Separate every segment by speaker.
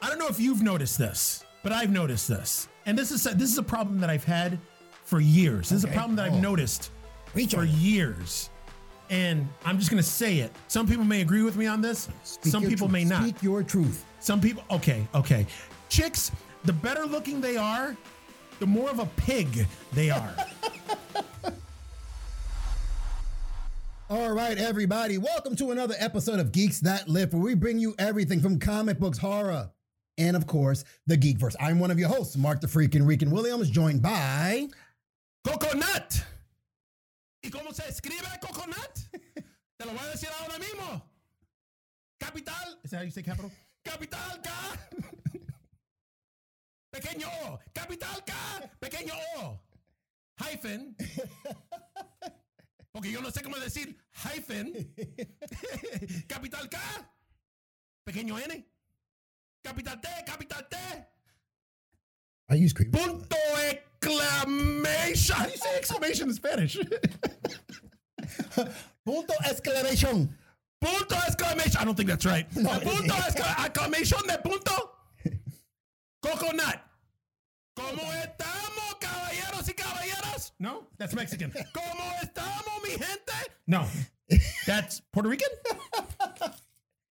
Speaker 1: I don't know if you've noticed this, but I've noticed this, and this is this is a problem that I've had for years. This is
Speaker 2: Okay.
Speaker 1: a problem that
Speaker 2: Oh.
Speaker 1: I've noticed
Speaker 2: Reach
Speaker 1: for
Speaker 2: on it.
Speaker 1: years, and I'm just gonna say it. Some people may agree with me on this.
Speaker 2: Speak
Speaker 1: some
Speaker 2: your
Speaker 1: people
Speaker 2: truth.
Speaker 1: may not.
Speaker 2: Speak your truth.
Speaker 1: Some people, okay, okay. Chicks, the better looking they are, the more of a pig they are.
Speaker 2: All right, everybody, welcome to another episode of Geeks That Live, where we bring you everything from comic books, horror, and of course, the Geekverse. I'm one of your hosts, Mark the Freakin' Reekin Williams, joined by
Speaker 1: coconut. ¿Y cómo se escribe coconut? Te lo voy a decir ahora mismo. Capital. Is that how you say capital? Capital K. Pequeño O. Capital K. Pequeño O. Hyphen. Porque yo no sé cómo decir hyphen. Capital K. Pequeño N. Capital T. Capital T.
Speaker 2: I use creep.
Speaker 1: Punto exclamation. How do you say exclamation in Spanish?
Speaker 2: Punto exclamation.
Speaker 1: punto exclamation. I don't think that's right. punto excla- exclamation de punto. Coconut. ¿Cómo estamos, caballeros y caballeras? No, that's Mexican. ¿Cómo estamos, mi gente? No, that's Puerto Rican.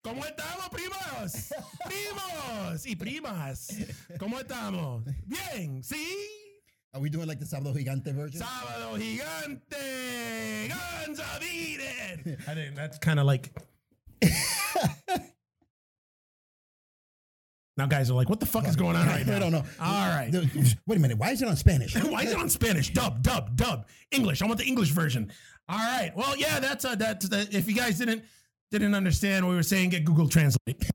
Speaker 1: ¿Cómo estamos, primos? Primos y primas. ¿Cómo estamos? Bien, sí.
Speaker 2: Are we doing like the Sábado Gigante version?
Speaker 1: Sábado Gigante, Guns of Eden. I think that's kind of like. now, guys are like, what the fuck is going on right now?
Speaker 2: I don't know.
Speaker 1: All right.
Speaker 2: The- Wait a minute. Why is it on Spanish?
Speaker 1: Why is it on Spanish? Dub, dub, dub. English. I want the English version. All right. Well, yeah, that's uh, that, that. If you guys didn't didn't understand what we were saying, get Google Translate.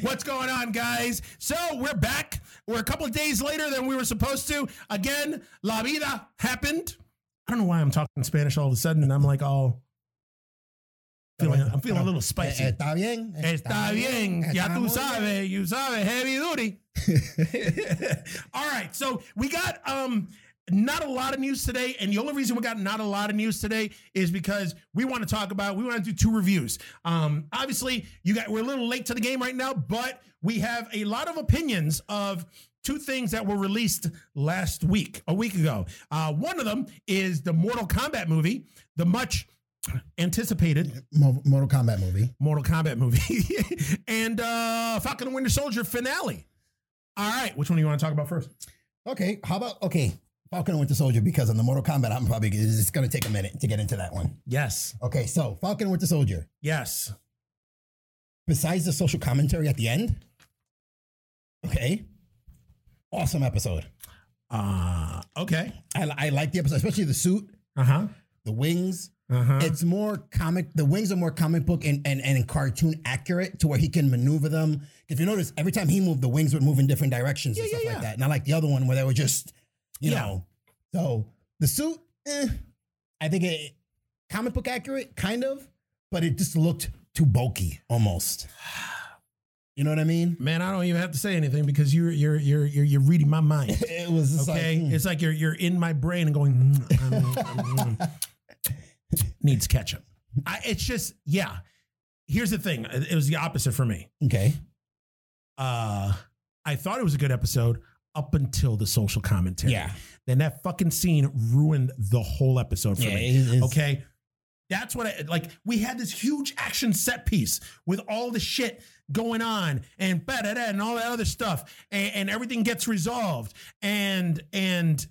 Speaker 1: What's going on, guys? So we're back. We're a couple of days later than we were supposed to. Again, La Vida happened. I don't know why I'm talking Spanish all of a sudden, and I'm like, all feeling, I'm feeling a little spicy.
Speaker 2: Eh, Está bien.
Speaker 1: Está bien, ya tú
Speaker 2: Estamos
Speaker 1: sabes,
Speaker 2: bien.
Speaker 1: you sabes, heavy duty. All right, so we got um not a lot of news today, and the only reason we got not a lot of news today is because we want to talk about we want to do two reviews. Um, obviously, you got we're a little late to the game right now, but we have a lot of opinions of two things that were released last week, a week ago. Uh, one of them is the Mortal Kombat movie, the much anticipated
Speaker 2: Mo- Mortal Kombat movie.
Speaker 1: Mortal Kombat movie, and uh, Falcon and Winter Soldier finale. All right, which one do you want to talk about first?
Speaker 2: Okay. How about okay? Falcon and Winter Soldier because on the Mortal Kombat, I'm probably it's going to take a minute to get into that one.
Speaker 1: Yes,
Speaker 2: Okay, so Falcon and Winter Soldier.
Speaker 1: yes,
Speaker 2: Besides the social commentary at the end, okay, awesome episode.
Speaker 1: uh, okay,
Speaker 2: I, I like the episode, especially the suit,
Speaker 1: uh huh,
Speaker 2: the wings.
Speaker 1: uh huh,
Speaker 2: It's more comic. The wings are more comic book and, and, and cartoon accurate to where he can maneuver them. If you notice, every time he moved, the wings would move in different directions and
Speaker 1: Yeah,
Speaker 2: stuff
Speaker 1: yeah,
Speaker 2: like
Speaker 1: yeah.
Speaker 2: that. And I like the other one where they were just, you
Speaker 1: Yeah.
Speaker 2: know. So the suit, eh, I think it comic book accurate, kind of, but it just looked too bulky almost. You know what I mean?
Speaker 1: man. I don't even have to say anything because you're you're you're you're, you're reading my mind.
Speaker 2: It was just
Speaker 1: Okay,
Speaker 2: like, mm.
Speaker 1: it's like you're you're in my brain and going mm, mm, mm, mm. needs ketchup. I, it's just yeah. Here's the thing. It was the opposite for me.
Speaker 2: okay.
Speaker 1: Uh, I thought it was a good episode up until the social commentary.
Speaker 2: Yeah.
Speaker 1: then that fucking scene ruined the whole episode for
Speaker 2: Yeah,
Speaker 1: me.
Speaker 2: it is-
Speaker 1: Okay. That's what I like. We had this huge action set piece with all the shit going on and da da and all that other stuff, and, and everything gets resolved. And and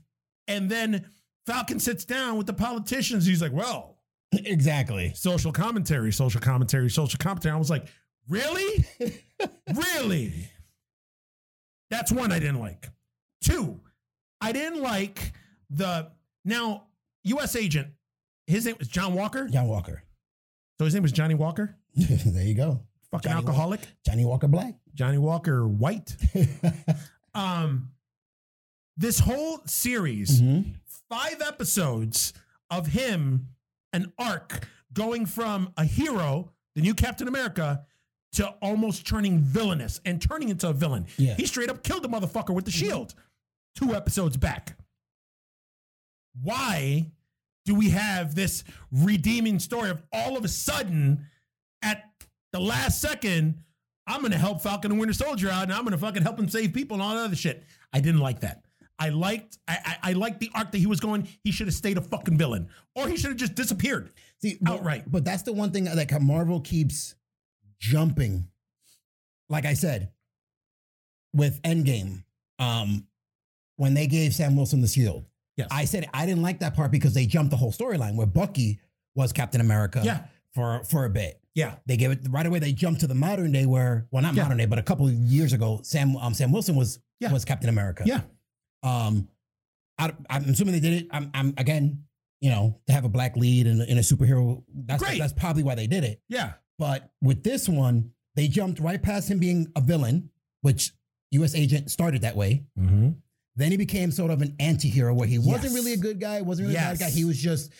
Speaker 1: and then Falcon sits down with the politicians. He's like, "Well,
Speaker 2: Exactly.
Speaker 1: social commentary, social commentary, social commentary." I was like, "Really, really?" That's one I didn't like. Two, I didn't like the now U.S. agent. His name was John Walker.
Speaker 2: John Walker.
Speaker 1: So his name was Johnny Walker.
Speaker 2: there you go.
Speaker 1: Fucking
Speaker 2: Johnny
Speaker 1: alcoholic.
Speaker 2: Johnny Walker Black.
Speaker 1: Johnny Walker White. Um, this whole series,
Speaker 2: Mhm.
Speaker 1: five episodes of him, an arc going from a hero, the new Captain America, to almost turning villainous and turning into a villain.
Speaker 2: Yeah. Mm-hmm.
Speaker 1: He straight up killed the motherfucker with the shield. Two episodes back. Why do we have this redeeming story of all of a sudden at the last second I'm gonna help Falcon and Winter Soldier out, and I'm gonna fucking help him save people and all that other shit. I didn't like that. I liked I I, I liked the arc that he was going. He should have stayed a fucking villain, or he should have just disappeared.
Speaker 2: See, but-
Speaker 1: Outright.
Speaker 2: But that's the one thing that like, Marvel keeps jumping. Like I said, with Endgame, um, when they gave Sam Wilson the shield,
Speaker 1: Yes.
Speaker 2: I said I didn't like that part because they jumped the whole storyline where Bucky was Captain America
Speaker 1: Yeah.
Speaker 2: for for a bit.
Speaker 1: Yeah.
Speaker 2: They gave it right away. They jumped to the modern day where, well, not
Speaker 1: Yeah.
Speaker 2: modern day, but a couple of years ago, Sam um, Sam Wilson was
Speaker 1: Yeah.
Speaker 2: was Captain America.
Speaker 1: Yeah.
Speaker 2: Um, I, I'm assuming they did it. I'm, I'm again, you know, to have a black lead in, a- in a superhero. That's
Speaker 1: Great.
Speaker 2: that's probably why they did it.
Speaker 1: Yeah.
Speaker 2: But with this one, they jumped right past him being a villain, which U.S. agent started that way.
Speaker 1: Mm-hmm.
Speaker 2: Then he became sort of an anti-hero where he
Speaker 1: Yes.
Speaker 2: wasn't really a good guy, wasn't really a bad
Speaker 1: Yes.
Speaker 2: guy. He was just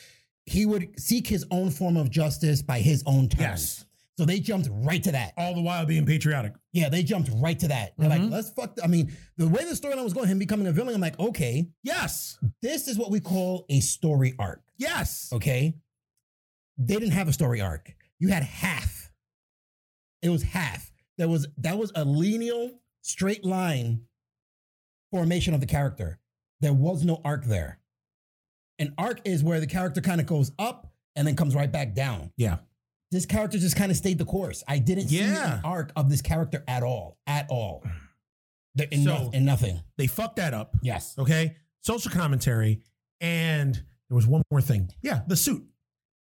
Speaker 2: he would seek his own form of justice by his own terms.
Speaker 1: Yes.
Speaker 2: So they jumped right to that.
Speaker 1: All the while being patriotic.
Speaker 2: Yeah, they jumped right to that. They're
Speaker 1: Mhm.
Speaker 2: like, let's fuck. th- I mean, the way the storyline was going, him becoming a villain, I'm like, okay,
Speaker 1: Yes.
Speaker 2: this is what we call a story arc.
Speaker 1: Yes.
Speaker 2: Okay. They didn't have a story arc. You had half. It was half. That was that was a lineal straight line formation of the character. There was no arc there. An arc is where the character kind of goes up and then comes right back down.
Speaker 1: Yeah.
Speaker 2: This character just kind of stayed the course. I didn't see
Speaker 1: Yeah.
Speaker 2: an arc of this character at all. At all. There- In,
Speaker 1: So-
Speaker 2: noth- in nothing.
Speaker 1: They fucked that up.
Speaker 2: Yes.
Speaker 1: Okay. Social commentary. And there was one more thing. Yeah. The suit.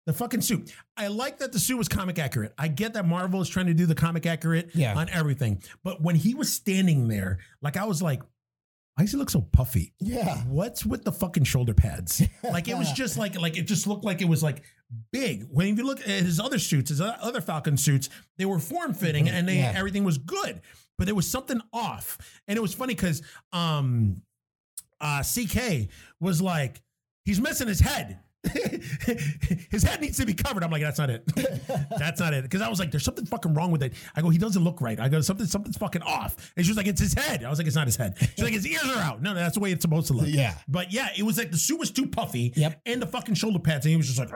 Speaker 1: The fucking suit. I like that the suit was comic accurate. I get that Marvel is trying to do the comic accurate
Speaker 2: Yeah.
Speaker 1: on everything. But when he was standing there, like I was like, why does he look so puffy?
Speaker 2: Yeah.
Speaker 1: What's with the fucking shoulder pads? Like it was just like like it just looked like it was like big. When you look at his other suits, his other Falcon suits, they were form fitting and they
Speaker 2: Yeah.
Speaker 1: everything was good, but there was something off. And it was funny because um, uh, CK was like, he's missing his head. his head needs to be covered. I'm like, that's not it. that's not it. Because I was like, there's something fucking wrong with it. I go, he doesn't look right. I go, something, something's fucking off. And she was like, it's his head. I was like, it's not his head. She's like, his ears are out. No, no, that's the way it's supposed to look.
Speaker 2: Yeah.
Speaker 1: But yeah, it was like the suit was too puffy.
Speaker 2: Yep.
Speaker 1: And the fucking shoulder pads, and he was just like,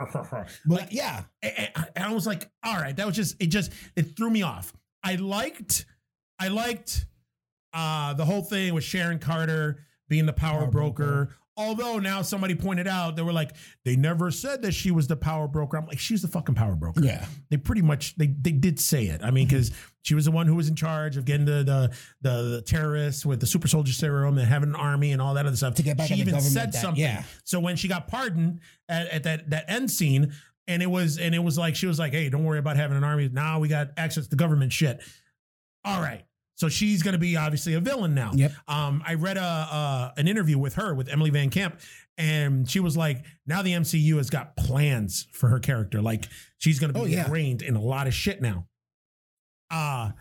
Speaker 2: But yeah.
Speaker 1: and and I was like, all right, that was just it. Just it threw me off. I liked, I liked uh, the whole thing with Sharon Carter being the power,
Speaker 2: Power
Speaker 1: broker.
Speaker 2: broker.
Speaker 1: Although now somebody pointed out they were like, they never said that she was the power broker. I'm like, she's the fucking power broker.
Speaker 2: Yeah. Mm-hmm.
Speaker 1: They pretty much they they did say it. I mean, because she was the one who was in charge of getting the, the the the terrorists with the super soldier serum and having an army and all that other stuff.
Speaker 2: To get back
Speaker 1: she
Speaker 2: at the
Speaker 1: even
Speaker 2: government
Speaker 1: said
Speaker 2: that-
Speaker 1: something.
Speaker 2: yeah.
Speaker 1: So when she got pardoned at, at that that end scene, and it was and it was like she was like, "Hey, don't worry about having an army. Now we got access to government shit." All right. So she's going to be obviously a villain now.
Speaker 2: Yep.
Speaker 1: Um, I read a uh, an interview with her with Emily Van Camp, and she was like, "Now the MCU has got plans for her character. Like she's going to be
Speaker 2: Oh, yeah.
Speaker 1: ingrained in a lot of shit now." Uh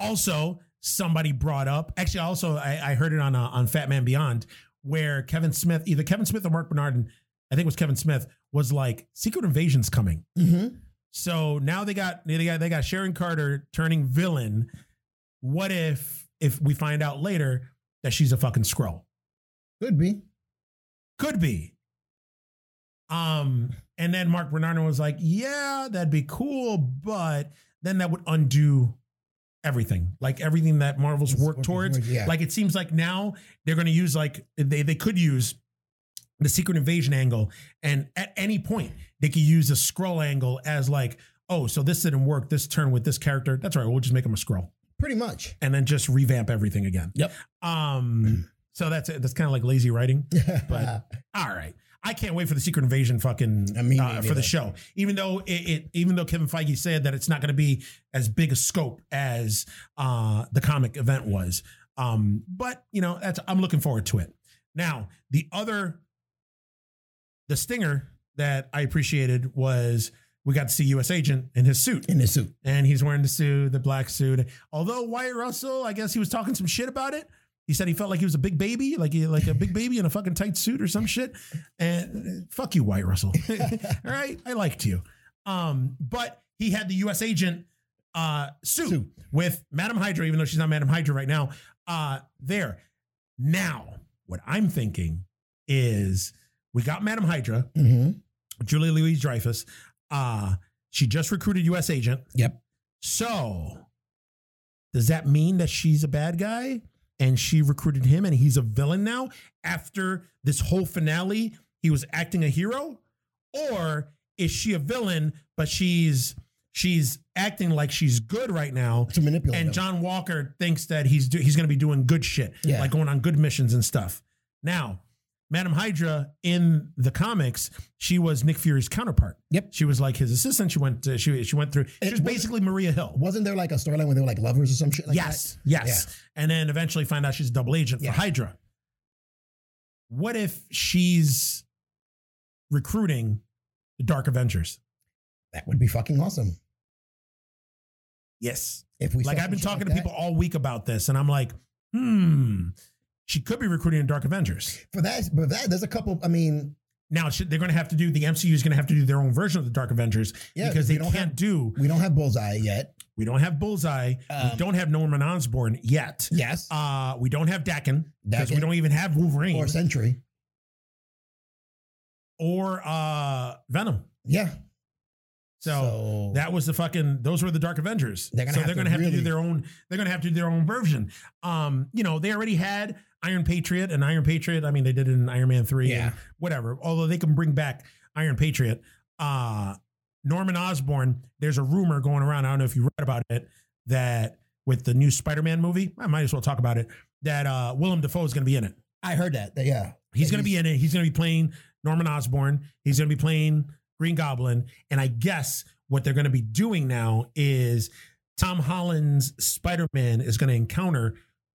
Speaker 1: also somebody brought up. Actually, also I, I heard it on uh, on Fat Man Beyond where Kevin Smith, either Kevin Smith or Mark Bernard, and I think it was Kevin Smith, was like, "Secret Invasion's coming."
Speaker 2: Mm-hmm.
Speaker 1: So now they got they got they got Sharon Carter turning villain. What if if we find out later that she's a fucking scroll?
Speaker 2: Could be.
Speaker 1: Could be. Um, and then Mark Bernardo was like, "Yeah, that'd be cool, but then that would undo everything, like everything that Marvel's worked towards.
Speaker 2: Yeah.
Speaker 1: Like it seems like now they're going to use like they they could use the secret invasion angle, and at any point they could use a scroll angle as like, oh, so this didn't work this turn with this character. That's all right. We'll just make him a scroll
Speaker 2: Pretty much.
Speaker 1: and then just revamp everything again.
Speaker 2: Yep. Mm-hmm.
Speaker 1: Um. So that's it. That's kind of like lazy writing.
Speaker 2: but
Speaker 1: All right. I can't wait for the Secret Invasion fucking
Speaker 2: I mean,
Speaker 1: uh,
Speaker 2: maybe
Speaker 1: for the
Speaker 2: that-
Speaker 1: show. Even though it, it, even though Kevin Feige said that it's not going to be as big a scope as uh, the comic event was, um, but you know, that's I'm looking forward to it. Now, the other, the stinger that I appreciated was we got to see U.S. Agent in his suit,
Speaker 2: in the suit.
Speaker 1: and he's wearing the suit, the black suit. Although Wyatt Russell, I guess he was talking some shit about it. He said he felt like he was a big baby, like he, like a big baby in a fucking tight suit or some shit. And uh, fuck you, Wyatt Russell. All right, I liked you, um, but he had the U.S. agent uh, suit,
Speaker 2: Suit.
Speaker 1: with Madam Hydra, even though she's not Madam Hydra right now. Uh, there now, what I'm thinking is we got Madam Hydra,
Speaker 2: Mm-hmm.
Speaker 1: Julia Louise Dreyfus. Uh, she just recruited U.S. agent.
Speaker 2: Yep.
Speaker 1: So Does that mean that she's a bad guy and she recruited him and he's a villain now after this whole finale? He was acting a hero? Or is she a villain but she's she's acting like she's good right now
Speaker 2: It's manipulative.
Speaker 1: and John Walker thinks that he's do, he's going to be doing good shit,
Speaker 2: Yeah.
Speaker 1: like going on good missions and stuff. Now, Madam Hydra in the comics, she was Nick Fury's counterpart.
Speaker 2: Yep.
Speaker 1: she was like his assistant. She went to, she she went through. She
Speaker 2: It
Speaker 1: was
Speaker 2: wasn't-
Speaker 1: basically Maria Hill.
Speaker 2: Wasn't there like a storyline where they were like lovers or some shit like
Speaker 1: yes, yes, and then eventually find out she's a double agent
Speaker 2: Yeah.
Speaker 1: for Hydra. What if she's recruiting the Dark Avengers?
Speaker 2: that? That would be fucking awesome.
Speaker 1: Yes,
Speaker 2: If we
Speaker 1: like
Speaker 2: saw
Speaker 1: I've been
Speaker 2: some
Speaker 1: talking
Speaker 2: shit
Speaker 1: to
Speaker 2: like
Speaker 1: people all week about this, and I'm like, hmm, she could be recruiting the Dark Avengers.
Speaker 2: that. for that, but that there's a couple. I mean,
Speaker 1: Now it should- they're going to have to do the MCU is going to have to do their own version of the Dark Avengers
Speaker 2: Yeah,
Speaker 1: because
Speaker 2: we
Speaker 1: they
Speaker 2: don't
Speaker 1: can't do.
Speaker 2: we don't have Bullseye yet.
Speaker 1: We don't have Bullseye. we
Speaker 2: Um,
Speaker 1: don't have Norman Osborn yet.
Speaker 2: Yes,
Speaker 1: Uh, we don't have Dakin because
Speaker 2: Dakin.
Speaker 1: we don't even have Wolverine
Speaker 2: or
Speaker 1: or,
Speaker 2: Sentry.
Speaker 1: uh, Venom.
Speaker 2: Yeah.
Speaker 1: So, that was the fucking. Those were the Dark Avengers.
Speaker 2: They're gonna
Speaker 1: so
Speaker 2: have
Speaker 1: they're
Speaker 2: to
Speaker 1: going to have to do
Speaker 2: really-
Speaker 1: their own. They're going to have to do their own version. Um, you know, they already had Iron Patriot and Iron Patriot. I mean, they did it in Iron Man three. and
Speaker 2: Yeah.
Speaker 1: whatever. Although they can bring back Iron Patriot. Uh Norman Osborn, there's a rumor going around. I don't know if you read about it, that with the new Spider-Man movie, I might as well talk about it. That uh Willem Dafoe is gonna be in it.
Speaker 2: I heard that. that- yeah,
Speaker 1: He's
Speaker 2: That
Speaker 1: gonna be in it. He's gonna be playing Norman Osborn. He's gonna be playing Green Goblin. And I guess what they're gonna be doing now is Tom Holland's Spider-Man is gonna encounter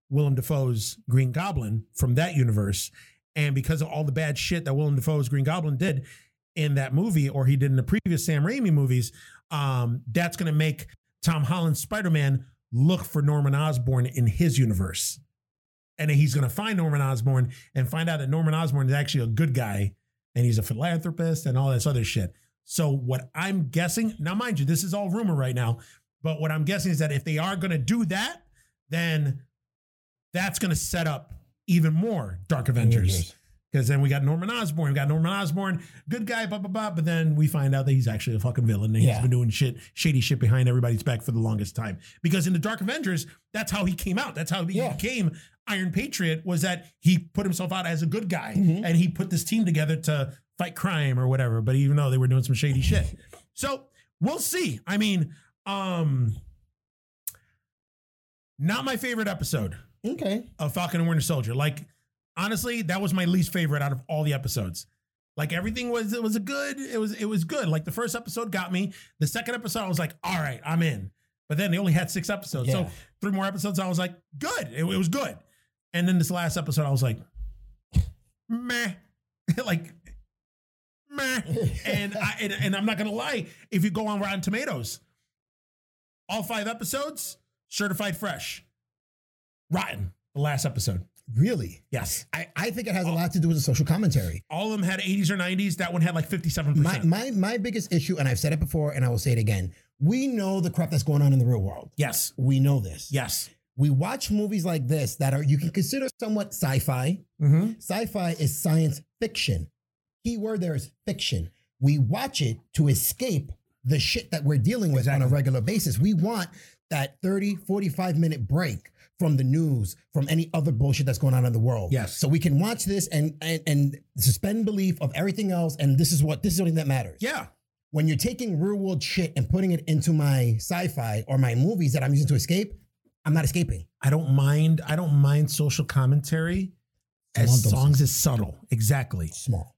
Speaker 1: Willem Dafoe's Green Goblin from that universe. And because of all the bad shit that Willem Dafoe's Green Goblin did in that movie, or he did in the previous Sam Raimi movies, um, that's going to make Tom Holland's Spider Man look for Norman Osborn in his universe. And then he's going to find Norman Osborn and find out that Norman Osborn is actually a good guy and he's a philanthropist and all this other shit. So, what I'm guessing, now, mind you, this is all rumor right now, but what I'm guessing is that if they are going to do that, then that's going to set up even more Dark Avengers. Because then we got Norman Osborn. We got Norman Osborn, good guy, blah, blah, blah. But then we find out that he's actually a fucking villain and
Speaker 2: Yeah.
Speaker 1: he's been doing shit, shady shit behind everybody's back for the longest time. Because in the Dark Avengers, that's how he came out. That's how he
Speaker 2: Yeah.
Speaker 1: became Iron Patriot, was that he put himself out as a good guy
Speaker 2: Mhm.
Speaker 1: and he put this team together to fight crime or whatever. But even though they were doing some shady shit. So we'll see. I mean, um, not my favorite episode
Speaker 2: Okay.
Speaker 1: of Falcon and Winter Soldier. Like honestly, that was my least favorite out of all the episodes. Like everything was it was a good it was it was good. Like the first episode got me. The second episode I was like, all right, I'm in. But then they only had six episodes, so
Speaker 2: Yeah.
Speaker 1: three more episodes I was like, good. It, it was good. And then this last episode I was like, meh, like meh. And I and, and I'm not gonna lie, if you go on Rotten Tomatoes, all five episodes certified fresh, rotten. The last episode,
Speaker 2: Really?
Speaker 1: yes.
Speaker 2: I, I think it has a lot to do with the social commentary.
Speaker 1: All of them had 80s or 90s. That one had like 57%.
Speaker 2: My, my my biggest issue, and I've said it before, and I will say it again. We know the crap that's going on in the real world.
Speaker 1: yes.
Speaker 2: We know this.
Speaker 1: Yes.
Speaker 2: We watch movies like this that are you can consider somewhat sci-fi.
Speaker 1: Mm-hmm.
Speaker 2: Sci-fi is science fiction. Key word there is fiction. We watch it to escape the shit that we're dealing with on a regular basis. We want that 30, 45 minute break from the news, from any other bullshit that's going on in the world.
Speaker 1: Yes.
Speaker 2: So we can watch this and and, and suspend belief of everything else. And this is what this is the only thing that matters.
Speaker 1: Yeah.
Speaker 2: When you're taking real world shit and putting it into my sci-fi or my movies that I'm using to escape, I'm not escaping.
Speaker 1: I don't mind. I don't mind social commentary as
Speaker 2: Small
Speaker 1: songs is subtle. Exactly.
Speaker 2: Small.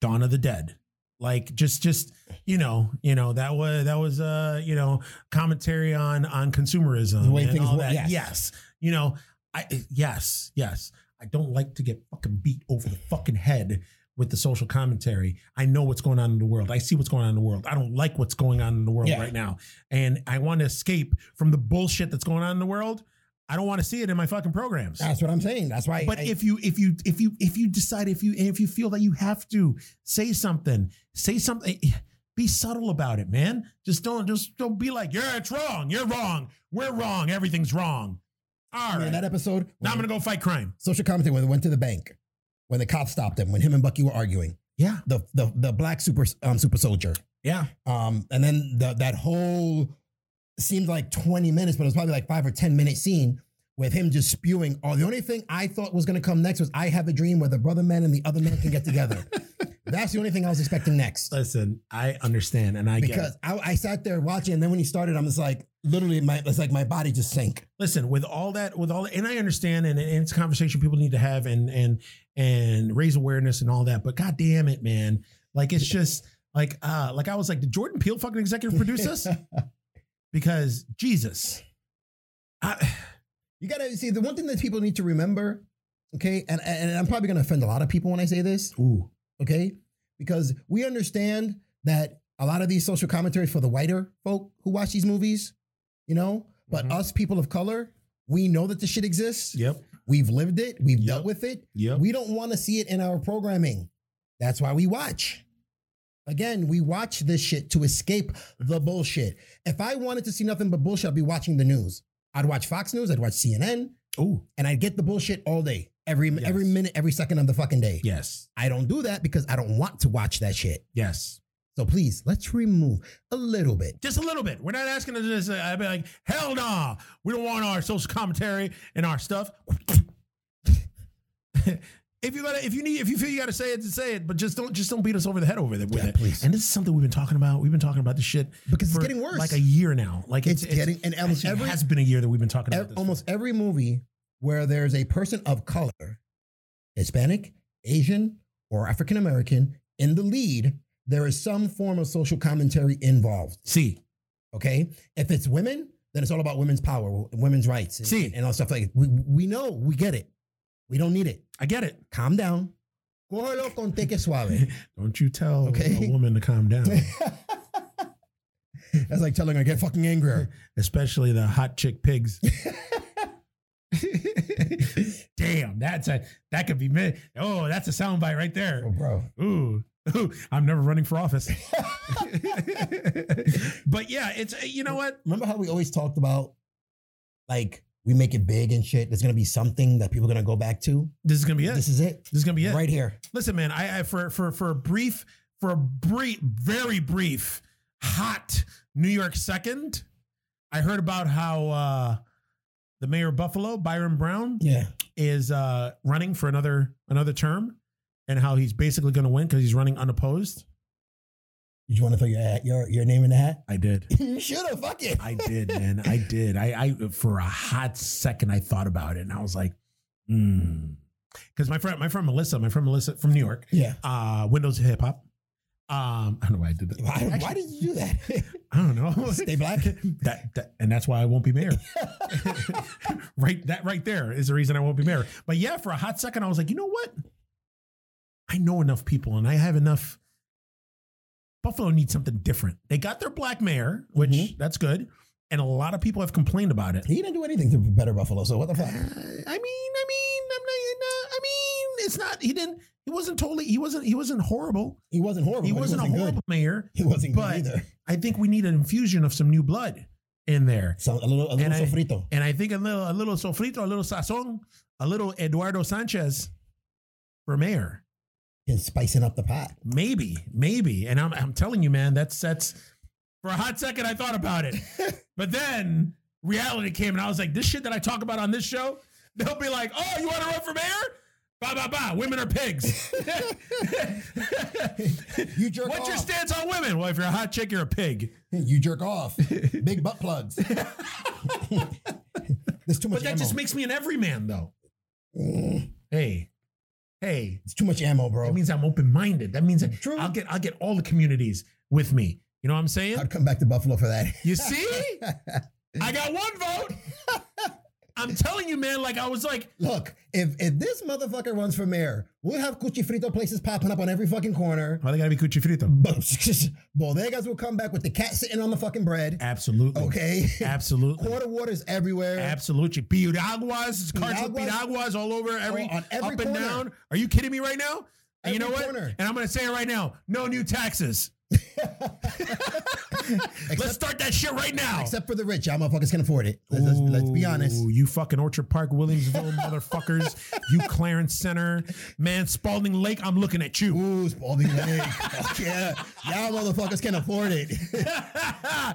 Speaker 1: Dawn of the Dead. Like just just you know, you know, that was that was uh, you know, commentary on on consumerism
Speaker 2: The way
Speaker 1: and
Speaker 2: things
Speaker 1: all
Speaker 2: work,
Speaker 1: that. Yes.
Speaker 2: yes.
Speaker 1: You know, I eh, yes, yes. I don't like to get fucking beat over the fucking head with the social commentary. I know what's going on in the world. I see what's going on in the world. I don't like what's going on in the world
Speaker 2: Yeah.
Speaker 1: right now. And I want to escape from the bullshit that's going on in the world. I don't want to see it in my fucking programs
Speaker 2: That's what I'm saying. That's why
Speaker 1: but
Speaker 2: I-
Speaker 1: if you if you if you if you decide if you if you feel that you have to say something say something be subtle about it man just don't just don't be like yeah it's wrong you're wrong we're wrong everything's wrong all
Speaker 2: I
Speaker 1: right
Speaker 2: mean, that episode
Speaker 1: now i'm gonna go fight crime
Speaker 2: social commentary when they went to the bank, when the cops stopped him, when him and Bucky were arguing,
Speaker 1: yeah
Speaker 2: the the the black super um, super soldier,
Speaker 1: yeah
Speaker 2: um, and then the, that whole seemed like 20 minutes, but it was probably like five or 10 minute scene with him just spewing. Oh, the only thing I thought was going to come next was I have a dream where the brother man and the other man can get together. That's the only thing I was expecting next.
Speaker 1: Listen, I understand and I get it.
Speaker 2: Because I, I sat there watching, and then when he started, I'm just like, literally, my it's like my body just sank.
Speaker 1: listen with all that with all and i understand and, and it's a conversation people need to have and and and raise awareness and all that but god damn it man like it's just like uh like i was like did jordan peele fucking executive produce this because jesus I,
Speaker 2: You gotta see the one thing that people need to remember, okay? And and I'm probably gonna offend a lot of people when I say this,
Speaker 1: ooh
Speaker 2: okay? Because we understand that a lot of these social commentaries for the whiter folk who watch these movies, you know, but
Speaker 1: Mhm.
Speaker 2: us people of color, we know that this shit exists.
Speaker 1: yep
Speaker 2: We've lived it, we've
Speaker 1: Yep.
Speaker 2: dealt with it.
Speaker 1: yep
Speaker 2: We don't wanna see it in our programming. That's why we watch. Again, we watch this shit to escape the bullshit. If I wanted to see nothing but bullshit, I'd be watching the news. I'd watch Fox News, I'd watch CNN,
Speaker 1: ooh
Speaker 2: and I get the bullshit all day, every
Speaker 1: Yes.
Speaker 2: every minute, every second of the fucking day.
Speaker 1: yes
Speaker 2: I don't do that because I don't want to watch that shit.
Speaker 1: yes
Speaker 2: So please, let's remove a little bit.
Speaker 1: just a little bit we're not asking to just uh, i'd be like hell nah we don't want our social commentary and our stuff if you gotta if you need if you feel you gotta say it then say it but just don't just don't beat us over the head over there with
Speaker 2: Yeah,
Speaker 1: it
Speaker 2: please.
Speaker 1: And this is something we've been talking about. We've been talking about this shit
Speaker 2: Because it's
Speaker 1: for
Speaker 2: getting worse.
Speaker 1: Like a year now. Like
Speaker 2: it's, getting and almost
Speaker 1: it
Speaker 2: every
Speaker 1: has been a year that we've been talking about
Speaker 2: ev-
Speaker 1: this.
Speaker 2: almost every movie where there's a person of color, Hispanic, Asian, or African American in the lead, there is some form of social commentary involved.
Speaker 1: see
Speaker 2: Okay, if it's women, then it's all about women's power, women's rights, and,
Speaker 1: See.
Speaker 2: and all stuff like we we know we get it. We don't need it.
Speaker 1: I get it.
Speaker 2: calm down. Cógelo con te que suave.
Speaker 1: Don't you tell
Speaker 2: Okay.
Speaker 1: a woman to calm down,
Speaker 2: That's like telling her get fucking angrier.
Speaker 1: especially the hot chick pigs. Damn, that's a that could be me. Oh, that's a soundbite right
Speaker 2: Oh,
Speaker 1: there.
Speaker 2: bro.
Speaker 1: Ooh. Ooh, I'm never running for office. but yeah, it's you know what?
Speaker 2: Remember how we always talked about like we make it big and shit. There's gonna be something that people are gonna go back to.
Speaker 1: This is gonna be it.
Speaker 2: This
Speaker 1: This
Speaker 2: is it.
Speaker 1: is gonna be it.
Speaker 2: Right here.
Speaker 1: Listen, man, I, I for for for a brief, for a brief, very brief, hot New York second, I heard about how uh, the mayor of Buffalo, Byron Brown,
Speaker 2: Yeah.
Speaker 1: is uh, running for another another term, and how he's basically going to win because he's running unopposed.
Speaker 2: Did you wanna throw your hat, your your name in the hat?
Speaker 1: I did.
Speaker 2: you should have fuck it.
Speaker 1: I did, man. I did. I, I for a hot second I thought about it, and I was like, hmm. Because my friend, my friend Melissa, my friend Melissa from New York,
Speaker 2: Yeah.
Speaker 1: uh, Windows to Hip Hop. Um, I don't know why I did that.
Speaker 2: Why,
Speaker 1: Actually,
Speaker 2: why did you do that?
Speaker 1: I don't know.
Speaker 2: Stay black.
Speaker 1: that, that and that's why I won't be mayor. right, that right there is the reason I won't be mayor. But yeah, for a hot second, I was like, you know what? I know enough people, and I have enough. Buffalo needs something different. They got their black mayor, which
Speaker 2: Mhm.
Speaker 1: that's good, and a lot of people have complained about it.
Speaker 2: He didn't do anything to better Buffalo, so what the
Speaker 1: Uh,
Speaker 2: fuck?
Speaker 1: I mean, I mean, I'm not. uh, I mean, it's not. He didn't. He wasn't totally. He wasn't. He wasn't horrible.
Speaker 2: He wasn't horrible.
Speaker 1: He
Speaker 2: but
Speaker 1: wasn't, a horrible
Speaker 2: good.
Speaker 1: mayor.
Speaker 2: He wasn't
Speaker 1: but-
Speaker 2: good either.
Speaker 1: I think we need an infusion of some new blood in there.
Speaker 2: So a little a little
Speaker 1: And I-
Speaker 2: sofrito.
Speaker 1: And I think a little, a little sofrito, a little sazon, a little Eduardo Sanchez for mayor.
Speaker 2: and spicing up the pot.
Speaker 1: Maybe, maybe. And I'm, I'm telling you, man, that's that's for a hot second I thought about it, but then reality came and I was like, this shit that I talk about on this show, they'll be like, oh, you want to run for mayor? Ba ba ba. Women are pigs.
Speaker 2: You jerk
Speaker 1: What's your
Speaker 2: off.
Speaker 1: stance on women? Well, if you're a hot chick, you're a pig.
Speaker 2: you jerk off. Big butt plugs. There's too much
Speaker 1: But that
Speaker 2: ammo.
Speaker 1: just makes me an everyman, though.
Speaker 2: Mm,
Speaker 1: Hey, hey,
Speaker 2: it's too much ammo, bro.
Speaker 1: That means I'm open minded. That means
Speaker 2: True.
Speaker 1: I'll get I'll get all the communities with me. You know what I'm saying?
Speaker 2: I'd come back to Buffalo for that.
Speaker 1: You see? I got one vote. I'm telling you, man. Like I was like,
Speaker 2: Look, if if this motherfucker runs for mayor, we'll have cuchifrito places popping up on every fucking corner.
Speaker 1: well, they gotta be cuchi frito.
Speaker 2: Bo- Bodegas will come back with the cat sitting on the fucking bread.
Speaker 1: Absolutely.
Speaker 2: Okay.
Speaker 1: Absolutely.
Speaker 2: Quarter waters everywhere.
Speaker 1: Absolutely. Piraguas, carts with
Speaker 2: Piraguas.
Speaker 1: piraguas all over every,
Speaker 2: Oh, on every
Speaker 1: up and
Speaker 2: corner.
Speaker 1: down. Are you kidding me right now? And you
Speaker 2: Every
Speaker 1: know what?
Speaker 2: corner.
Speaker 1: And I'm gonna say it right now. No new taxes. Let's
Speaker 2: except,
Speaker 1: start that shit right now.
Speaker 2: except for the rich, y'all motherfuckers can afford it. Let's, let's, let's be honest.
Speaker 1: Ooh, You fucking Orchard Park, Williamsville motherfuckers. You Clarence Center. Man, Spalding Lake, I'm looking at you.
Speaker 2: Ooh, Spalding Lake. Fuck yeah, y'all motherfuckers can afford it.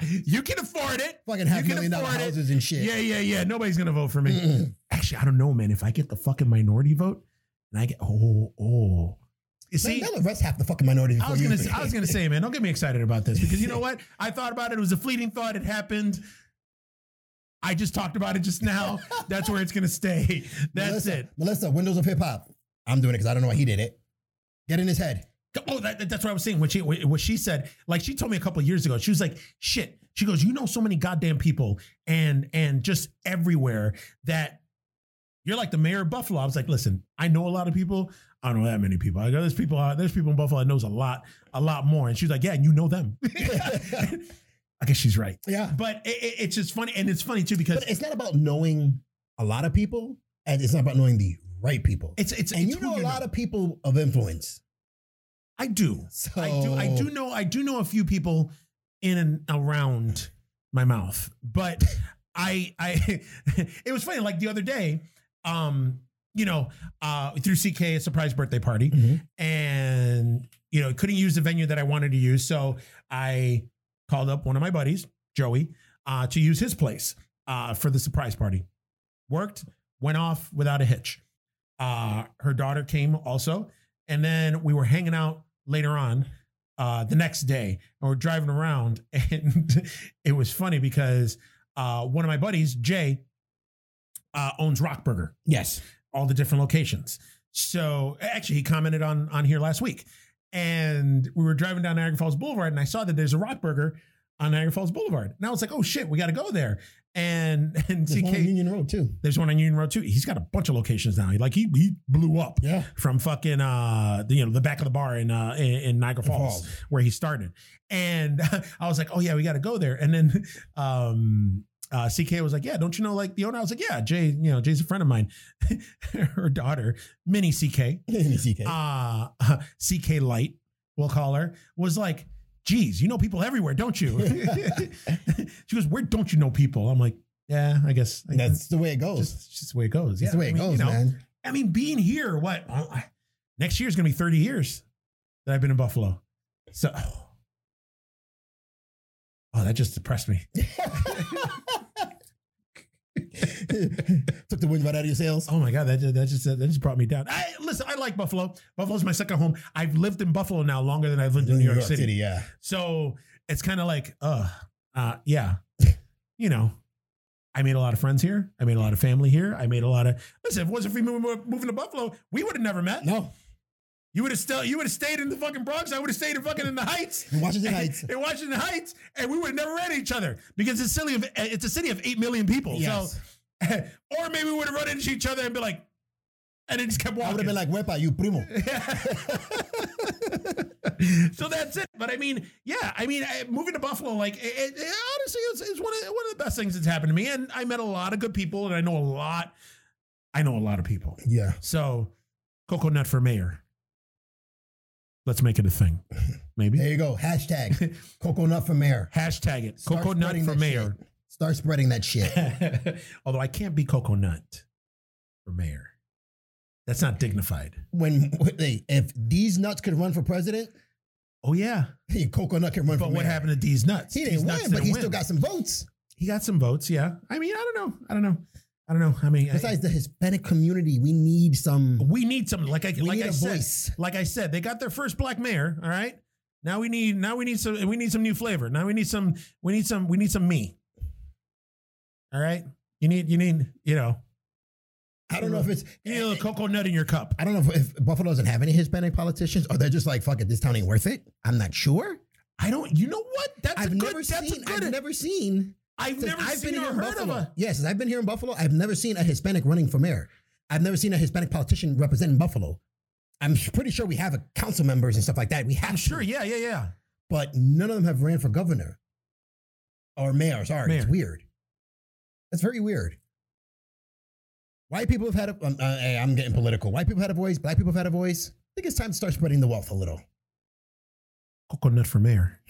Speaker 1: you can afford it.
Speaker 2: Fucking half
Speaker 1: You can
Speaker 2: million dollar
Speaker 1: afford it.
Speaker 2: houses and shit.
Speaker 1: Yeah, yeah, yeah. Nobody's gonna vote for me. Actually, I don't know, man. If I get the fucking minority vote, and I get oh oh, you
Speaker 2: Man,
Speaker 1: see.
Speaker 2: they'll arrest half the fucking minority.
Speaker 1: I was
Speaker 2: before
Speaker 1: gonna,
Speaker 2: you
Speaker 1: say-
Speaker 2: even-
Speaker 1: I was gonna say, man, don't get me excited about this because you know what? I thought about it. It was a fleeting thought. It happened. I just talked about it just now. That's where it's gonna stay. That's
Speaker 2: Melissa,
Speaker 1: it.
Speaker 2: Melissa, Windows of Hip Hop. I'm doing it because I don't know why he did it. Get in his head.
Speaker 1: Oh, that, that- that's what I was saying. What she what she said, like she told me a couple of years ago, she was like, "Shit." She goes, "You know so many goddamn people, and and just everywhere that you're like the mayor of Buffalo." I was like, "Listen, I know a lot of people. I don't know that many people. I go, there's people out, there's people in Buffalo that knows a lot, a lot more." And she's like, "Yeah, and you know them." I guess she's right,
Speaker 2: Yeah.
Speaker 1: but it, it- it's just funny, and it's funny too because
Speaker 2: But it's not about knowing a lot of people, and it's not about knowing the right people.
Speaker 1: it's it's,
Speaker 2: and
Speaker 1: it's
Speaker 2: you
Speaker 1: who
Speaker 2: know a lot of people of influence.
Speaker 1: I do.
Speaker 2: So
Speaker 1: I do. I
Speaker 2: Oh.
Speaker 1: do know. I do know a few people in and around my mouth, but I. I. it was funny. Like the other day, um, you know, uh, through CK a surprise birthday party,
Speaker 2: Mhm.
Speaker 1: and you know couldn't use the venue that I wanted to use, so I called up one of my buddies, Joey, uh, to use his place uh, for the surprise party. Worked. Went off without a hitch. Uh, her daughter came also. And then we were hanging out later on uh, the next day and we're driving around. And it was funny because uh, one of my buddies, Jay, uh, owns Rockburger
Speaker 2: Yes.
Speaker 1: all the different locations. So actually, he commented on on here last week, and we were driving down Niagara Falls Boulevard, and I saw that there's a Rockburger on Niagara Falls Boulevard, and I was like, "Oh shit, we got to go there." And and
Speaker 2: There's one on
Speaker 1: TK,
Speaker 2: Union Road too.
Speaker 1: there's one on Union Road too. He's got a bunch of locations now. He like he he blew up
Speaker 2: Yeah.
Speaker 1: from fucking uh the, you know the back of the bar in uh in, in Niagara Falls
Speaker 2: Falls.
Speaker 1: where he started, and I was like, oh yeah, we got to go there. And then um uh CK was like, yeah, don't you know like the owner? I was like, yeah, Jay, you know Jay's a friend of mine. her daughter, Mini CK,
Speaker 2: CK.
Speaker 1: uh CK Light, we'll call her, was like. Geez, you know people everywhere, don't you? she goes, "Where don't you know people?" I'm like, "Yeah, I guess I
Speaker 2: That's the way it goes.
Speaker 1: just, just the way it goes.
Speaker 2: That's the way
Speaker 1: Oh. I
Speaker 2: it
Speaker 1: mean,
Speaker 2: goes,
Speaker 1: you know,
Speaker 2: man.
Speaker 1: I mean, being here, what I- I- next year is going to be 30 years that I've been in Buffalo. So, oh, that just depressed me.
Speaker 2: Took the wind right out of your sails.
Speaker 1: Oh my god, that that just that just brought me down. I, listen, I like Buffalo. Buffalo's my second home. I've lived in Buffalo now longer than I've lived in New York, City.
Speaker 2: yeah.
Speaker 1: So it's kind of like, uh, uh, yeah, you know, I made a lot of friends here. I made a lot of family here. I made a lot of listen. If it wasn't for me moving moving to Buffalo, we would have never met.
Speaker 2: No,
Speaker 1: You would have still you would have stayed in the fucking Bronx. I would have stayed in fucking in the Heights.
Speaker 2: in Washington Heights.
Speaker 1: in Washington Heights, and we would have never ran at each other because it's silly of it's a city of eight million people.
Speaker 2: Yes.
Speaker 1: So, or maybe we would have run into each other and be like, and it just kept
Speaker 2: I would have
Speaker 1: walking.
Speaker 2: been like, Wepa, you primo.
Speaker 1: so that's it. But I mean, yeah, I mean, I, moving to Buffalo, like, it, it, it honestly, it's, it's one of the- one of the best things that's happened to me, and I met a lot of good people, and I know a lot. I know a lot of people.
Speaker 2: Yeah.
Speaker 1: So, coconut for mayor. Let's make it a thing, maybe.
Speaker 2: There you go. Hashtag Coco Nut for Mayor.
Speaker 1: Hashtag it.
Speaker 2: Start
Speaker 1: Coconut
Speaker 2: spreading
Speaker 1: for
Speaker 2: that
Speaker 1: mayor.
Speaker 2: shit. Start spreading that shit.
Speaker 1: Although I can't be coconut for mayor. That's not dignified.
Speaker 2: When hey, if these nuts could run for president,
Speaker 1: Oh yeah.
Speaker 2: hey, Coco Nut can run for
Speaker 1: But what
Speaker 2: mayor.
Speaker 1: happened to D's nuts?
Speaker 2: He
Speaker 1: D's
Speaker 2: didn't win,
Speaker 1: nuts
Speaker 2: but he still got some votes.
Speaker 1: he got some votes, yeah. I mean, I don't know. I don't know. I don't know. I mean I-
Speaker 2: Besides the Hispanic community, we need some.
Speaker 1: we need some like I
Speaker 2: We
Speaker 1: like
Speaker 2: need
Speaker 1: I
Speaker 2: a
Speaker 1: said.
Speaker 2: voice.
Speaker 1: Like I said, they got their first black mayor, all right? Now we need now we need some we need some new flavor. Now we need some we need some we need some me. All right? You need you need, you know,
Speaker 2: I don't know if it's.
Speaker 1: you need a little coconut in your cup.
Speaker 2: I don't know if, if Buffalo doesn't have any Hispanic politicians, or they're just like, "Fuck it, this town ain't worth it." I'm not sure.
Speaker 1: I don't. You know what? That's
Speaker 2: I've
Speaker 1: a good.
Speaker 2: never
Speaker 1: That's
Speaker 2: seen.
Speaker 1: a good.
Speaker 2: I've never seen.
Speaker 1: I've
Speaker 2: since
Speaker 1: never seen
Speaker 2: here
Speaker 1: or
Speaker 2: in
Speaker 1: heard
Speaker 2: Buffalo.
Speaker 1: of a.
Speaker 2: Yes, since I've been here in Buffalo. I've never seen a Hispanic running for mayor. I've never seen a Hispanic politician representing Buffalo. I'm sh- pretty sure we have a council members and stuff like that. We have
Speaker 1: I'm sure.
Speaker 2: to,
Speaker 1: Yeah, yeah, yeah.
Speaker 2: but none of them have ran for governor or mayor. Sorry, it's
Speaker 1: Mayor.
Speaker 2: weird. That's very weird. White people have had a. Um, uh, hey, I'm getting political. White people had a voice. Black people have had a voice. I think it's time to start spreading the wealth a little.
Speaker 1: Coconut for mayor.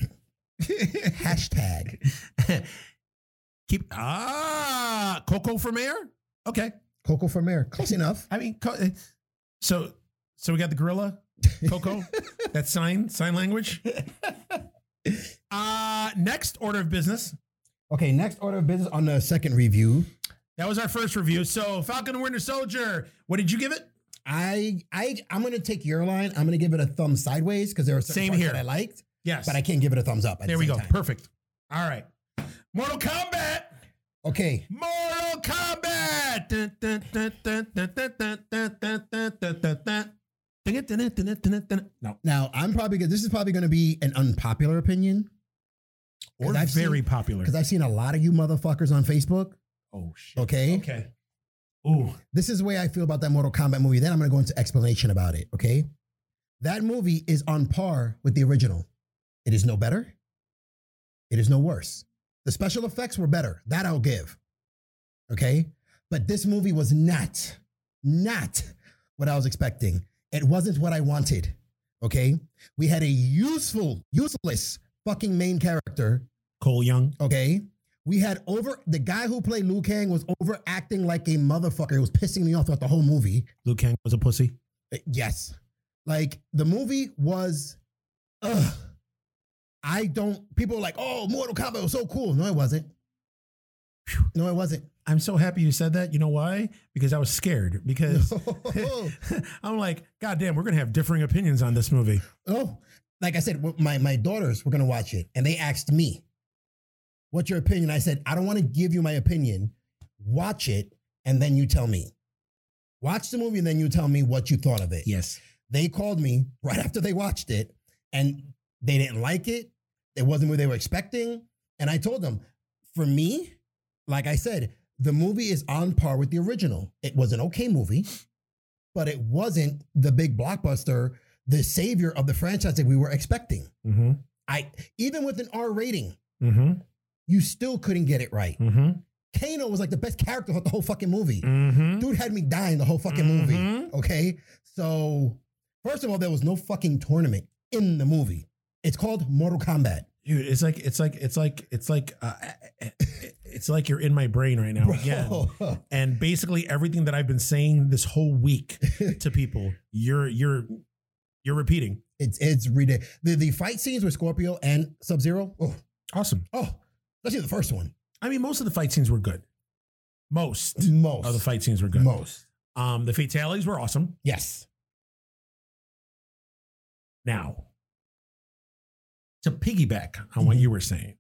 Speaker 2: Hashtag
Speaker 1: Keep ah Coco for mayor. Okay,
Speaker 2: Coco for mayor. Close enough.
Speaker 1: I mean, co- eh, so so we got the gorilla Coco. that sign sign language. Uh next order of business.
Speaker 2: Okay, next order of business on the second review.
Speaker 1: That was our first review. So Falcon Winter Soldier. What did you give it?
Speaker 2: I I I'm gonna take your line. I'm gonna give it a thumb sideways because there are certain
Speaker 1: Same
Speaker 2: parts
Speaker 1: here.
Speaker 2: that I liked,
Speaker 1: Yes.
Speaker 2: but I can't give it a thumbs up. at
Speaker 1: there
Speaker 2: the
Speaker 1: we go.
Speaker 2: same time.
Speaker 1: Perfect. All right. Mortal Kombat.
Speaker 2: Okay,
Speaker 1: Mortal Kombat. Dun, dun, dun, dun, dun, dun, dun, dun, dun, dun, dun, dun, dun. Dun, dun, dun, dun, dun, dun, dun. No.
Speaker 2: now I'm probably gonna. This is probably gonna be an unpopular opinion
Speaker 1: Or
Speaker 2: 'Cause I've
Speaker 1: very
Speaker 2: seen-
Speaker 1: popular.
Speaker 2: because I've seen a lot of you motherfuckers on Facebook.
Speaker 1: oh shit.
Speaker 2: Okay,
Speaker 1: Okay. Ooh.
Speaker 2: this is the way I feel about that Mortal Kombat movie. Then I'm gonna go into explanation about it. Okay, that movie is on par with the original. It is no better. It is no worse. The special effects were better. That I'll give. Okay, but this movie was not, not what I was expecting. It wasn't what I wanted. Okay, we had a useful, useless fucking main character
Speaker 1: Cole Young.
Speaker 2: Okay. We had over the guy who played Liu Kang was overacting like a motherfucker. It was pissing me off throughout the whole movie.
Speaker 1: Luke Kang was a pussy.
Speaker 2: Uh, Yes. Like the movie was ugh. I don't people are like, oh, Mortal Kombat was so cool. No, it wasn't. No, it wasn't.
Speaker 1: I'm so happy you said that. You know why? Because I was scared. Because
Speaker 2: No.
Speaker 1: I'm like, God damn, we're gonna have differing opinions on this movie.
Speaker 2: Oh, like I said, w- my my daughters were gonna watch it, and they asked me, "What's your opinion?" I said, "I don't want to give you my opinion. Watch it, and then you tell me. Watch the movie, and then you tell me what you thought of it."
Speaker 1: Yes.
Speaker 2: They called me right after they watched it, and they didn't like it. It wasn't what they were expecting, and I told them, for me, like I said, the movie is on par with the original. It was an okay movie, but it wasn't the big blockbuster, the savior of the franchise that we were expecting.
Speaker 1: Mm-hmm.
Speaker 2: I even with an R rating,
Speaker 1: Mm-hmm.
Speaker 2: you still couldn't get it right.
Speaker 1: Mm-hmm.
Speaker 2: Kano was like the best character of the whole fucking movie.
Speaker 1: Mm-hmm.
Speaker 2: Dude had me dying the whole fucking movie. Okay. So, first of all, there was no fucking tournament in the movie. It's called Mortal Kombat.
Speaker 1: Dude, it's like it's like it's like it's like uh, it's like you're in my brain right now again.
Speaker 2: Bro.
Speaker 1: And basically everything that I've been saying this whole week to people, you're you're you're repeating.
Speaker 2: It's it's ridiculous. The, the fight scenes with Scorpio and Sub Zero. Oh,
Speaker 1: Awesome.
Speaker 2: oh, especially the first one.
Speaker 1: I mean, most of the fight scenes were good. Most of
Speaker 2: Most.
Speaker 1: Oh, the fight scenes were good.
Speaker 2: Most.
Speaker 1: Um, the fatalities were awesome.
Speaker 2: Yes.
Speaker 1: Now, to piggyback on what
Speaker 2: Mhm.
Speaker 1: you were saying,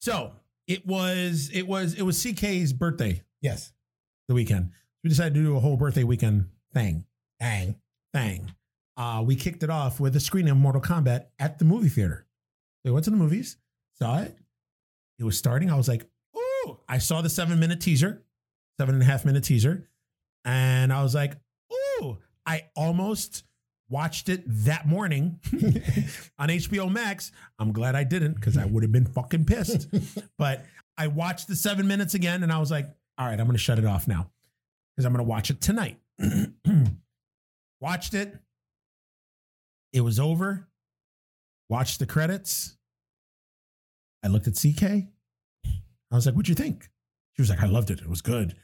Speaker 1: so it was it was it was CK's birthday
Speaker 2: Yes.
Speaker 1: the weekend. We decided to do a whole birthday weekend thing.
Speaker 2: Dang.
Speaker 1: thing. Uh, we kicked it off with a screening of Mortal Kombat at the movie theater. We went to the movies, saw it. It was starting. I was like, ooh, I saw the seven minute teaser, seven and a half minute teaser. And I was like, ooh, I almost watched it that morning on HBO Max. I'm glad I didn't because I would have been fucking pissed. but I watched the seven minutes again and I was like, all right, I'm going to shut it off now because I'm going to watch it tonight. watched it. It was over. Watched the credits. I looked at CK. I was like, what'd you think? She was like, I loved it. It was good.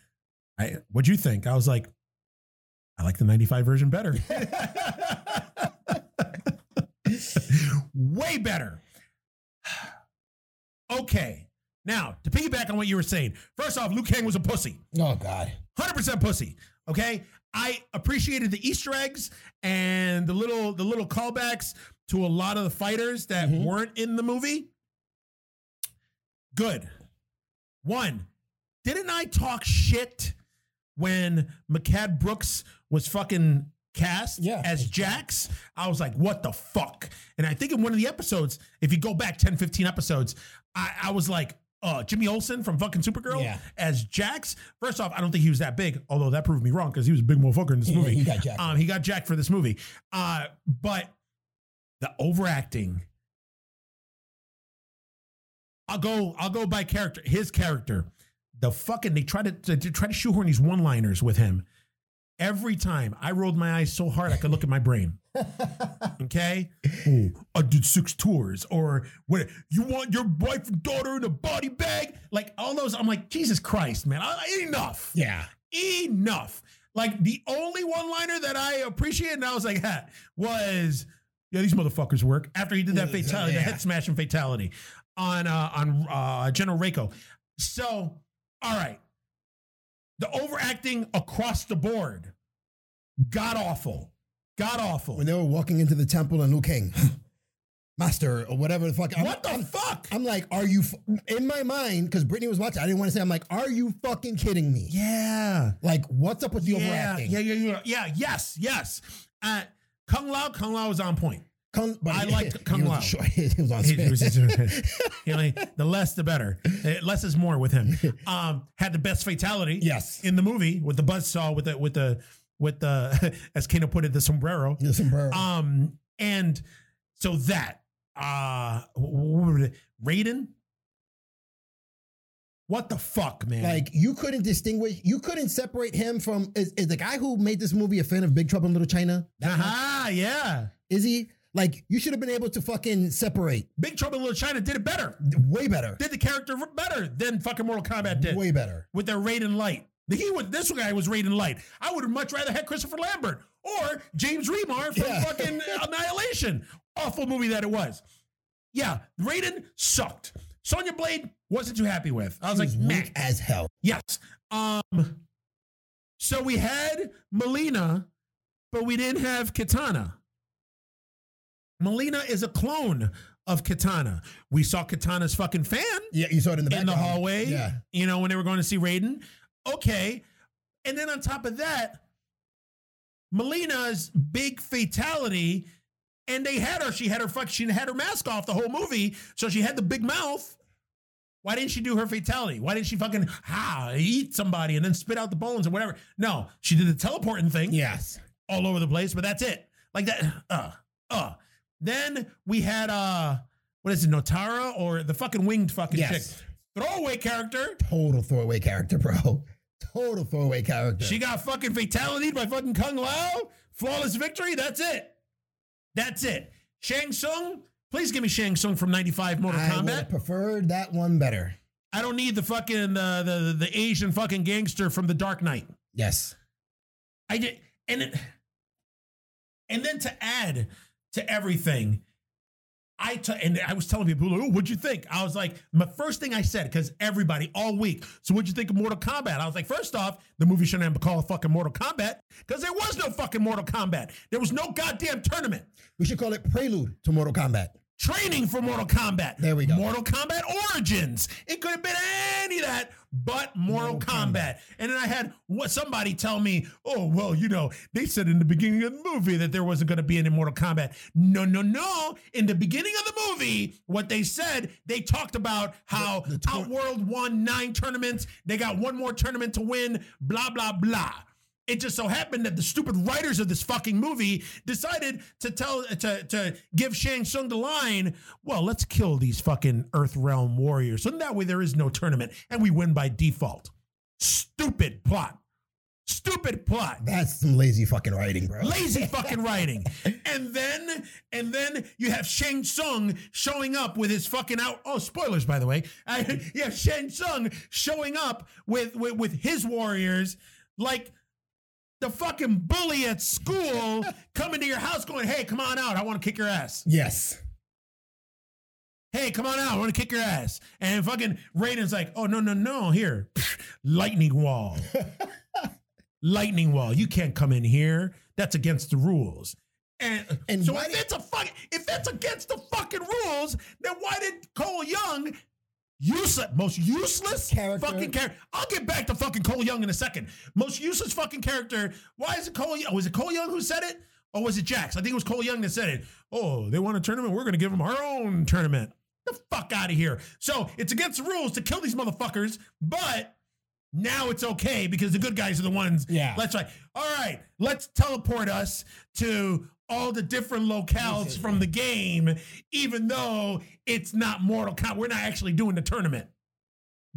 Speaker 1: I, what'd you think? I was like, I like the 95 version better.
Speaker 2: Oh,
Speaker 1: Way better. Okay. Now, to piggyback on what you were saying, first off, Liu Kang was a pussy.
Speaker 2: Oh, God.
Speaker 1: 100% pussy. Okay? I appreciated the Easter eggs and the little the little callbacks to a lot of the fighters that
Speaker 2: Mhm.
Speaker 1: weren't in the movie. Good. One, didn't I talk shit when McCad Brooks was fucking cast
Speaker 2: Yeah.
Speaker 1: as Jax? I was like, what the fuck? And I think in one of the episodes, if you go back 10, 15 episodes, I, I was like, uh, Jimmy Olsen from fucking Supergirl
Speaker 2: Yeah.
Speaker 1: as Jax. First off, I don't think he was that big, although that proved me wrong because he was a big motherfucker in this
Speaker 2: Yeah,
Speaker 1: movie.
Speaker 2: he got jacked.
Speaker 1: Um, he got jacked for this movie. Uh, but the overacting. I'll go. I'll go by character. His character. The fucking they try to they try to shoehorn these one liners with him, Every time I rolled my eyes so hard I could look at my brain. Okay, oh, I did six tours, or what? You want your wife and daughter in a body bag? Like all those? I'm like, Jesus Christ, man! I, enough,
Speaker 2: Yeah.
Speaker 1: enough. Like the only one-liner that I appreciate, and I was like, ha, was yeah, these motherfuckers work. After he did that
Speaker 2: Yeah,
Speaker 1: fatality,
Speaker 2: yeah.
Speaker 1: the head smashing fatality on uh, on uh, General Rako. So, all right, the overacting across the board, god awful, god awful.
Speaker 2: When they were walking into the temple and Liu Kang, master or whatever the fuck. I'm-
Speaker 1: what the
Speaker 2: I'm-
Speaker 1: fuck?
Speaker 2: I'm like, are you f- in my mind? Because Brittany was watching. I didn't want to say. I'm like, are you fucking kidding me?
Speaker 1: yeah.
Speaker 2: Like, what's up with the
Speaker 1: yeah,
Speaker 2: overacting?
Speaker 1: yeah, yeah, yeah, yeah. Yes, yes. Uh, Kung Lao, Kung Lao is on point.
Speaker 2: Kung- but
Speaker 1: I
Speaker 2: he-
Speaker 1: liked Kung
Speaker 2: he was
Speaker 1: Lao.
Speaker 2: short- He was on
Speaker 1: He- he
Speaker 2: spin.
Speaker 1: was- you know, the less the better. Uh, Less is more with him. Um, had the best fatality
Speaker 2: yes.
Speaker 1: in the movie with the buzzsaw with the with the with the as Kano put it the sombrero.
Speaker 2: The sombrero.
Speaker 1: Um, and so that uh, wh- what was it? Raiden. What the fuck, man?
Speaker 2: Like you couldn't distinguish, you couldn't separate him from is, is the guy who made this movie a fan of Big Trouble in Little China? That much?
Speaker 1: aha, yeah.
Speaker 2: Is he? Like you should have been able to fucking separate
Speaker 1: Big Trouble in Little China did it better.
Speaker 2: way better,
Speaker 1: Did the character better than fucking Mortal Kombat did
Speaker 2: way better.
Speaker 1: with their Raiden Light. He was this guy was Raiden Light. I would have much rather had Christopher Lambert or James Remar from
Speaker 2: Yeah.
Speaker 1: fucking Annihilation. Awful movie that it was. Yeah, Raiden sucked. Sonya Blade wasn't too happy with. I was
Speaker 2: He
Speaker 1: like,
Speaker 2: was
Speaker 1: meh.
Speaker 2: weak as hell.
Speaker 1: Yes. Um. So we had Melina, but we didn't have Katana. Melina is a clone of Katana. We saw Katana's fucking fan
Speaker 2: Yeah, you saw it in the
Speaker 1: in the
Speaker 2: background.
Speaker 1: hallway.
Speaker 2: Yeah,
Speaker 1: You know when they were going to see Raiden. Okay. And then on top of that, Melina's big fatality, and they had her. She had her fuck. She had her mask off the whole movie, so she had the big mouth. Why didn't she do her fatality? Why didn't she fucking ah, eat somebody and then spit out the bones or whatever? No, she did the teleporting thing
Speaker 2: yes.
Speaker 1: all over the place, but that's it. Like that. Uh, uh. Then we had uh, what is it, Notara or the fucking winged fucking
Speaker 2: Yes.
Speaker 1: chick, throwaway character.
Speaker 2: Total throwaway character, bro. Total throwaway character.
Speaker 1: She got fucking fatality by fucking Kung Lao. Flawless victory. That's it. That's it. Shang Tsung. Please give me Shang Tsung from '95 Mortal
Speaker 2: I would have
Speaker 1: Kombat.
Speaker 2: preferred that one better.
Speaker 1: I don't need the fucking uh, the the Asian fucking gangster from The Dark Knight.
Speaker 2: Yes.
Speaker 1: I did, and it, and then to add to everything, I t- and I was telling people, "Ooh, what'd you think?" I was like, my first thing I said because everybody all week. So what'd you think of Mortal Kombat? I was like, first off, the movie shouldn't have been called fucking Mortal Kombat because there was no fucking Mortal Kombat. There was no goddamn tournament.
Speaker 2: We should call it Prelude to Mortal Kombat.
Speaker 1: Training for Mortal Kombat.
Speaker 2: There we go.
Speaker 1: Mortal Kombat Origins. It could have been any of that, but Mortal,
Speaker 2: Mortal
Speaker 1: Kombat. And then I had what somebody tell me, oh, well, you know, they said in the beginning of the movie that there wasn't going to be any Mortal Kombat. No, no, no. In the beginning of the movie, what they said, they talked about how
Speaker 2: The- the tour-
Speaker 1: Outworld won nine tournaments. They got one more tournament to win, blah, blah, blah. It just so happened that the stupid writers of this fucking movie decided to tell to to give Shang Tsung the line, well, let's kill these fucking Earth Realm warriors. So that way there is no tournament and we win by default. Stupid plot. Stupid plot.
Speaker 2: That's some lazy fucking writing, bro.
Speaker 1: Lazy fucking writing. And then and then you have Shang Tsung showing up with his fucking out oh spoilers by the way. I, you have Shang Tsung showing up with, with with his warriors like the fucking bully at school coming to your house going, "Hey, come on out. I want to kick your ass."
Speaker 2: Yes.
Speaker 1: hey, come on out. I want to kick your ass. And fucking Raiden's like, oh, no, no, no, here. Lightning wall. Lightning wall. You can't come in here. That's against the rules. And,
Speaker 2: And
Speaker 1: so
Speaker 2: why
Speaker 1: if
Speaker 2: did-
Speaker 1: it's a fuck, if that's against the fucking rules, then why did Cole Young, useless, most useless
Speaker 2: Character.
Speaker 1: fucking character? I'll get back to fucking Cole Young in a second. Most useless fucking character. Why is it Cole? Young? Was it Cole Young who said it, or was it Jax? I think it was Cole Young that said it. Oh, they want a tournament. We're gonna give them our own tournament. The fuck out of here. So it's against the rules to kill these motherfuckers, but now it's okay because the good guys are the ones.
Speaker 2: Yeah.
Speaker 1: Let's like, all right, let's teleport us to all the different locales from the game, even though it's not Mortal Kombat. We're not actually doing the tournament.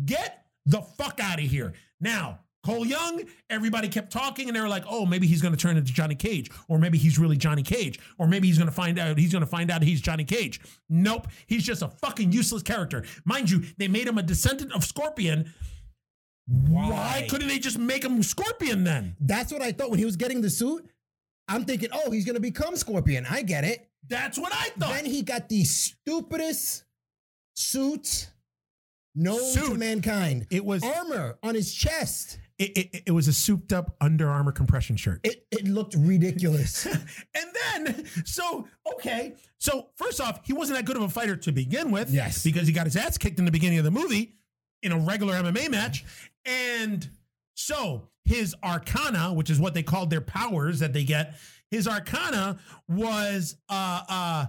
Speaker 1: Get the fuck out of here. Now, Cole Young, everybody kept talking and they were like, oh, maybe he's going to turn into Johnny Cage, or maybe he's really Johnny Cage, or maybe he's going to find out he's going to find out he's Johnny Cage. Nope, he's just a fucking useless character. Mind you, they made him a descendant of Scorpion. Why, couldn't they just make him Scorpion then?
Speaker 2: That's what I thought when he was getting the suit. I'm thinking, oh, he's gonna become Scorpion. I get it.
Speaker 1: That's what I thought.
Speaker 2: Then he got the stupidest suit known to
Speaker 1: Suit.
Speaker 2: mankind.
Speaker 1: it was it,
Speaker 2: Armor on his chest.
Speaker 1: it, it was a souped up Under Armour compression shirt.
Speaker 2: It it looked ridiculous.
Speaker 1: and then so okay, so first off, he wasn't that good of a fighter to begin with.
Speaker 2: Yes.
Speaker 1: because he got his ass kicked in the beginning of the movie in a regular MMA match, and so his arcana, which is what they called their powers that they get, his arcana was uh uh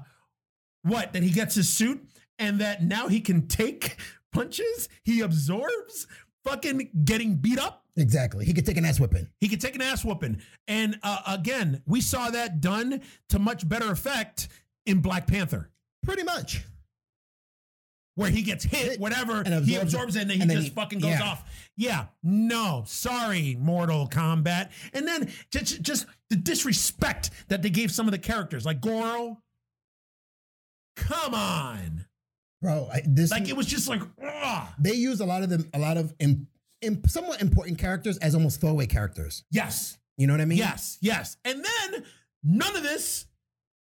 Speaker 1: what that he gets his suit and that now he can take punches, he absorbs fucking getting beat up
Speaker 2: exactly. He could take an ass whipping.
Speaker 1: he could take an ass whooping. And uh, again, we saw that done to much better effect in Black Panther,
Speaker 2: Pretty much.
Speaker 1: where he gets hit,
Speaker 2: Hit
Speaker 1: whatever,
Speaker 2: and
Speaker 1: he
Speaker 2: absorbs it,
Speaker 1: absorbs it, and then he
Speaker 2: and then
Speaker 1: just
Speaker 2: he-
Speaker 1: fucking goes
Speaker 2: yeah.
Speaker 1: off. Yeah, no, sorry, Mortal Kombat. And then just, just the disrespect that they gave some of the characters, like Goro. Come on.
Speaker 2: Bro, I, this
Speaker 1: Like, it was just like, ugh.
Speaker 2: they used a lot of them, a lot of im, im, somewhat important characters as almost throwaway characters.
Speaker 1: yes,
Speaker 2: You know what I mean?
Speaker 1: Yes, yes. And then none of this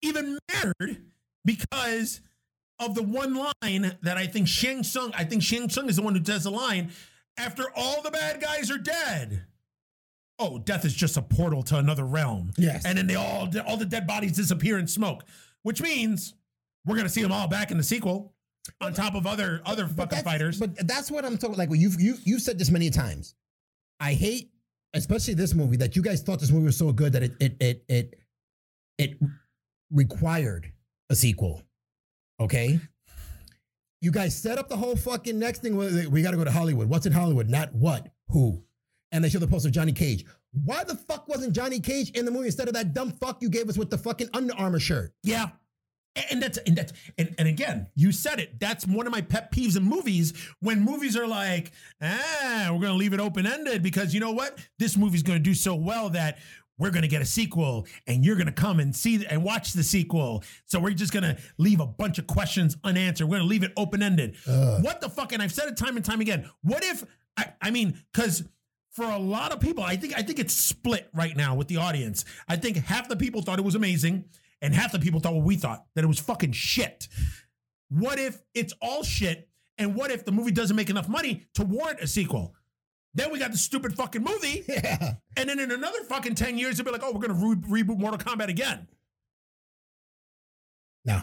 Speaker 1: even mattered because of the one line that I think Shang Tsung, I think Shang Tsung is the one who does the line after all the bad guys are dead. Oh, death is just a portal to another realm.
Speaker 2: Yes.
Speaker 1: And then they all all the dead bodies disappear in smoke, which means we're going to see them all back in the sequel on top of other other fucking
Speaker 2: that's-
Speaker 1: fighters.
Speaker 2: But that's what I'm talking. Like well, you've you you've said this many times. I hate, especially this movie, that you guys thought this movie was so good that it it it it it required a sequel. Okay. You guys set up the whole fucking next thing. with, like, We got to go to Hollywood. What's in Hollywood? Not what, who. And they show the poster of Johnny Cage. Why the fuck wasn't Johnny Cage in the movie instead of that dumb fuck you gave us with the fucking Under Armour shirt?
Speaker 1: Yeah. A- And that's and that's and, and again, you said it. That's one of my pet peeves in movies when movies are like, ah, we're gonna leave it open-ended because you know what? This movie's gonna do so well that we're gonna get a sequel and you're gonna come and see and watch the sequel. So we're just gonna leave a bunch of questions unanswered. We're gonna leave it open-ended. What the fuck? And I've said it time and time again. What if I, I mean, because for a lot of people, I think I think it's split right now with the audience. I think half the people thought it was amazing, and half the people thought what we thought that it was fucking shit. What if it's all shit? And what if the movie doesn't make enough money to warrant a sequel? Then we got the stupid fucking movie,
Speaker 2: Yeah.
Speaker 1: and then in another fucking ten years, they'll be like, "Oh, we're gonna re- reboot Mortal Kombat again."
Speaker 2: No.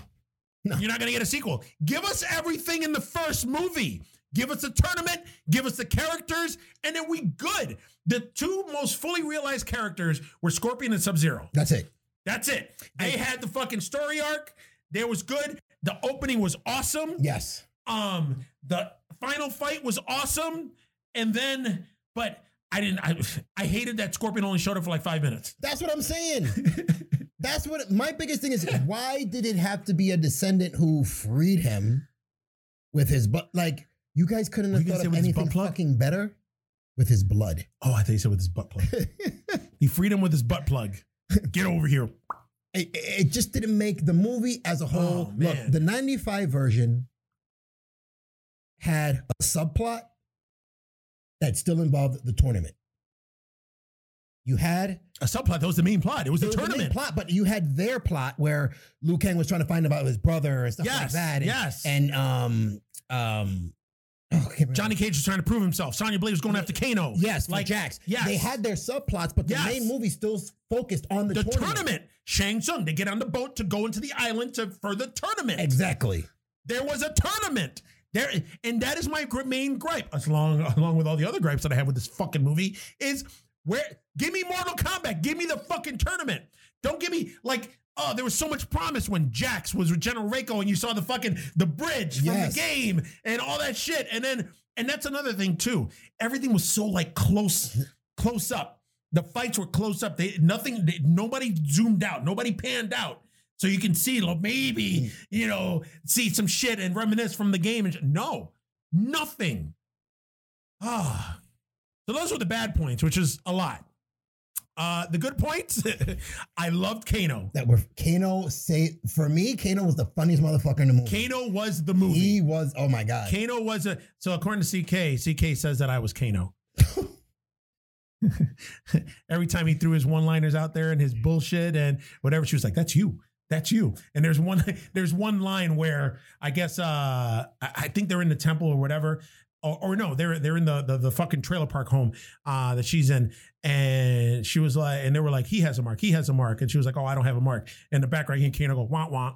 Speaker 1: You're not going to get a sequel. Give us everything in the first movie. Give us the tournament, give us the characters, and then we good. The two most fully realized characters were Scorpion and Sub Zero.
Speaker 2: That's it.
Speaker 1: That's it. They had the fucking story arc. They was good. The opening was awesome.
Speaker 2: Yes.
Speaker 1: Um, the final fight was awesome. And then, but I didn't. I I hated that Scorpion only showed up for like five minutes.
Speaker 2: That's what I'm saying. That's what my biggest thing is. Why did it have to be a descendant who freed him with his butt? Like you guys couldn't
Speaker 1: Were
Speaker 2: have
Speaker 1: you gonna
Speaker 2: thought
Speaker 1: say
Speaker 2: of
Speaker 1: with his butt
Speaker 2: anything
Speaker 1: plug?
Speaker 2: fucking better with his blood.
Speaker 1: Oh, I thought he said with his butt plug. he freed him with his butt plug. Get over here.
Speaker 2: It, it just didn't make the movie as a whole.
Speaker 1: Oh,
Speaker 2: look,
Speaker 1: man.
Speaker 2: the '95 version had a subplot that still involved the tournament. You had
Speaker 1: A subplot. That was the main plot. It was the
Speaker 2: There was a main
Speaker 1: tournament.
Speaker 2: plot, but you had their plot where Liu Kang was trying to find out about his brother and stuff like
Speaker 1: Yes,
Speaker 2: that. And,
Speaker 1: yes.
Speaker 2: And um um oh, I can't remember.
Speaker 1: Johnny Cage was trying to prove himself. Sonya Blade was going after Kano.
Speaker 2: Yes, like
Speaker 1: like
Speaker 2: Jax.
Speaker 1: yes.
Speaker 2: They had their subplots, but the
Speaker 1: Yes.
Speaker 2: main movie still s- focused on the,
Speaker 1: the
Speaker 2: tournament.
Speaker 1: tournament. Shang Tsung. They get on the boat to go into the island to for the tournament.
Speaker 2: Exactly.
Speaker 1: There was a tournament. There, and that is my gr- main gripe, as long along with all the other gripes that I have with this fucking movie, is where give me Mortal Kombat, give me the fucking tournament. Don't give me like oh, there was so much promise when Jax was with General Reiko, and you saw the fucking the bridge from
Speaker 2: Yes.
Speaker 1: the game and all that shit, and then and that's another thing too. Everything was so like close, close up. The fights were close up. They nothing. They, nobody zoomed out. Nobody panned out. So you can see, like, maybe you know, see some shit and reminisce from the game. And sh- no, nothing. Ah, So those were the bad points, which is a lot. Uh, the good points, I loved Kano.
Speaker 2: That were Kano say for me, Kano was the funniest motherfucker in the movie.
Speaker 1: Kano was the movie.
Speaker 2: He was oh my god.
Speaker 1: Kano was a so according to CK, CK says that I was Kano. Every time he threw his one-liners out there and his bullshit and whatever, she was like, "That's you, that's you." And there's one, there's one line where I guess uh, I, I think they're in the temple or whatever, or, or no, they're they're in the, the the fucking trailer park home uh, that she's in, and she was like, and they were like, "He has a mark, he has a mark," and she was like, "Oh, I don't have a mark." In the background, he and Kano go, "Want, want."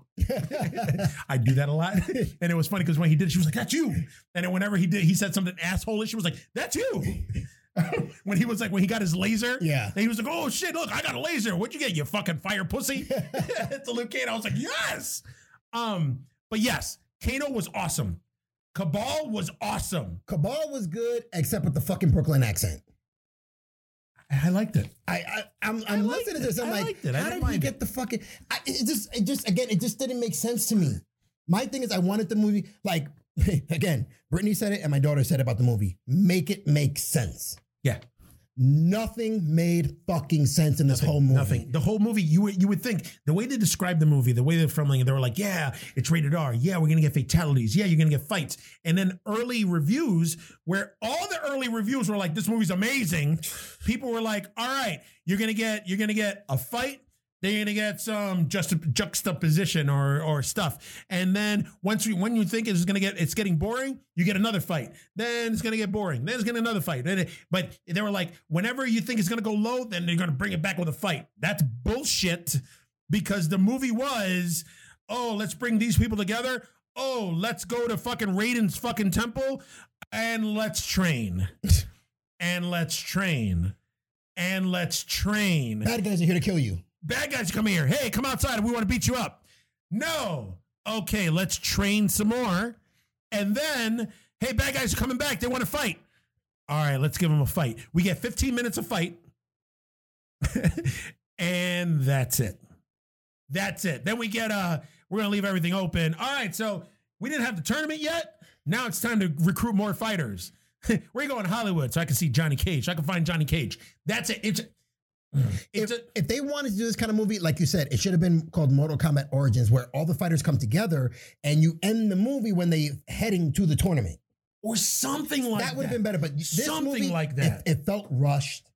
Speaker 1: I do that a lot. And it was funny because when he did it, she was like, That's you. And then whenever he did, he said something asshole-ish, she was like, That's you. when he was like, when he got his laser,
Speaker 2: Yeah.
Speaker 1: and he was like, Oh shit, look, I got a laser. What'd you get? You fucking fire pussy. to Luke Kano. I was like, Yes. Um, but yes, Kano was awesome. Cabal was awesome.
Speaker 2: Cabal was good, except with the fucking Brooklyn accent.
Speaker 1: I I liked it.
Speaker 2: I, I I'm, I'm
Speaker 1: liked
Speaker 2: listening to
Speaker 1: it.
Speaker 2: this. I'm
Speaker 1: I
Speaker 2: like,
Speaker 1: liked it. I
Speaker 2: how
Speaker 1: didn't
Speaker 2: did we
Speaker 1: mind
Speaker 2: get the fucking? I, it just, it just again, it just didn't make sense to me. My thing is, I wanted the movie like again. Brittany said it, and my daughter said about the movie. Make it make sense.
Speaker 1: Yeah.
Speaker 2: Nothing made fucking sense in this whole movie.
Speaker 1: Nothing. The whole movie, you would you would think the way they described the movie, the way they're filming it, they were like, "Yeah, it's rated R. Yeah, we're gonna get fatalities. Yeah, you're gonna get fights." And then early reviews, where all the early reviews were like, "This movie's amazing." People were like, "All right, you're gonna get you're gonna get a fight." They're gonna get some just juxtaposition or or stuff, and then once you when you think it's gonna get it's getting boring, you get another fight. Then it's gonna get boring. Then it's gonna another fight. Then it- But they were like, whenever you think it's gonna go low, then they're gonna bring it back with a fight. That's bullshit because the movie was, oh, let's bring these people together. Oh, let's go to fucking Raiden's fucking temple and let's train, and let's train, and let's train
Speaker 2: Bad guys are here to kill you.
Speaker 1: bad guys come here. Hey, come outside. We want to beat you up. No. Okay, let's train some more. And then, hey, bad guys are coming back. They want to fight. All right, let's give them a fight. We get 15 minutes of fight. and that's it. That's it. Then we get uh we're gonna leave everything open. All right, so we didn't have the tournament yet. Now it's time to recruit more fighters. we're going to Hollywood so I can see Johnny Cage. So I can find Johnny Cage. That's it. It's
Speaker 2: If,
Speaker 1: it's a,
Speaker 2: if they wanted to do this kind of movie, like you said, it should have been called Mortal Kombat Origins, where all the fighters come together and you end the movie when they heading to the tournament.
Speaker 1: or something like
Speaker 2: that would have been better. But this
Speaker 1: Something
Speaker 2: movie,
Speaker 1: like
Speaker 2: it-
Speaker 1: that.
Speaker 2: It, felt rushed.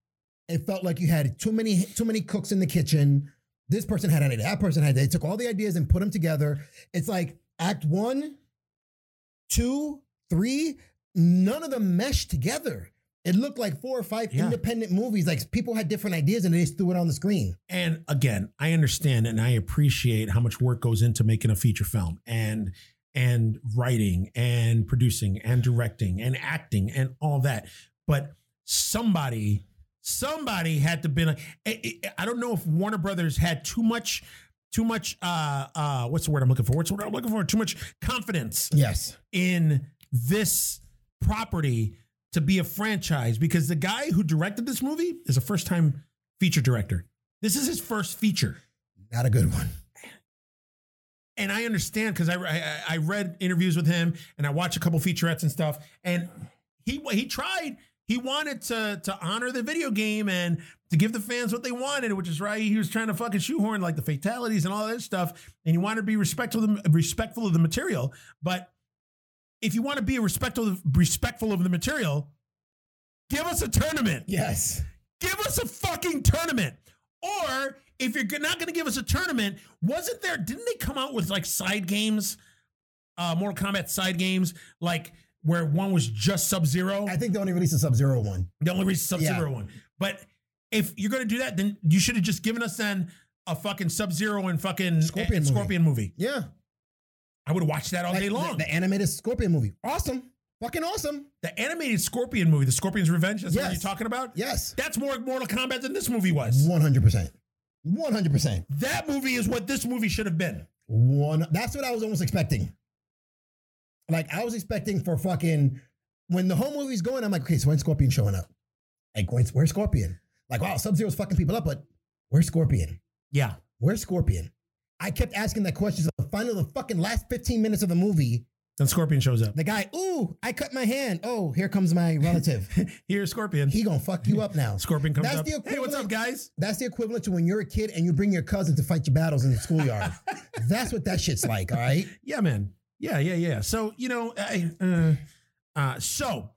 Speaker 2: It felt like you had too many too many cooks in the kitchen. This person had an idea. That person had. They took all the ideas and put them together. It's like Act One, Two, Three. None of them meshed together. It looked like four or five
Speaker 1: Yeah.
Speaker 2: independent movies. Like people had different ideas and they just threw it on the screen.
Speaker 1: And again, I understand and I appreciate how much work goes into making a feature film and and writing and producing and directing and acting and all that. But somebody somebody had to been I I- I don't know if Warner Brothers had too much too much uh uh what's the word I'm looking for? What's the word I'm looking for? Too much confidence
Speaker 2: Yes.
Speaker 1: in this property to be a franchise because the guy who directed this movie is a first time feature director. This is his first feature.
Speaker 2: Not a good one.
Speaker 1: And I understand because I, I I read interviews with him and I watched a couple featurettes and stuff. And he he tried. He wanted to to honor the video game and to give the fans what they wanted, which is right. He was trying to fucking shoehorn like the fatalities and all that stuff. And he wanted to be respectful of the, respectful of the material. But if you want to be respectful respectful of the material, give us a tournament
Speaker 2: Yes.
Speaker 1: give us a fucking tournament. Or if you're not going to give us a tournament, wasn't there? Didn't they come out with like side games, uh, Mortal Kombat side games, like where one was just Sub Zero?
Speaker 2: I think they only released a Sub Zero one.
Speaker 1: The only reason Sub Zero
Speaker 2: Yeah.
Speaker 1: one. But if you're going to do that, then you should have just given us then a fucking Sub Zero and fucking
Speaker 2: Scorpion
Speaker 1: and
Speaker 2: movie.
Speaker 1: Scorpion movie.
Speaker 2: Yeah.
Speaker 1: I would have watched that all
Speaker 2: Like
Speaker 1: day
Speaker 2: the-
Speaker 1: long.
Speaker 2: The, animated Scorpion movie. Awesome. Fucking awesome.
Speaker 1: the animated Scorpion movie, The Scorpion's Revenge. That's what
Speaker 2: Yes.
Speaker 1: you're talking about.
Speaker 2: Yes.
Speaker 1: That's more Mortal Kombat than this movie was.
Speaker 2: One hundred percent. One hundred percent.
Speaker 1: That movie is what this movie should have been.
Speaker 2: One. That's what I was almost expecting. Like I was expecting for fucking when the whole movie's going. I'm like, okay, so when's Scorpion showing up? Like, when's, where's Scorpion? Like, wow, Sub Zero's fucking people up, but where's Scorpion?
Speaker 1: Yeah.
Speaker 2: Where's Scorpion? I kept asking that question. So the final, the fucking last 15 minutes of the movie,
Speaker 1: Then Scorpion shows up.
Speaker 2: The guy, ooh, I cut my hand. Oh, here comes my relative.
Speaker 1: Here's Scorpion.
Speaker 2: he gonna fuck you up now.
Speaker 1: Scorpion comes
Speaker 2: That's
Speaker 1: up.
Speaker 2: the
Speaker 1: hey, what's up,
Speaker 2: equivalent-
Speaker 1: guys?
Speaker 2: That's the equivalent to when you're a kid and you bring your cousin to fight your battles in the schoolyard. That's what that shit's like, all right?
Speaker 1: Yeah, man. Yeah, yeah, yeah. So you know, I, uh, uh, so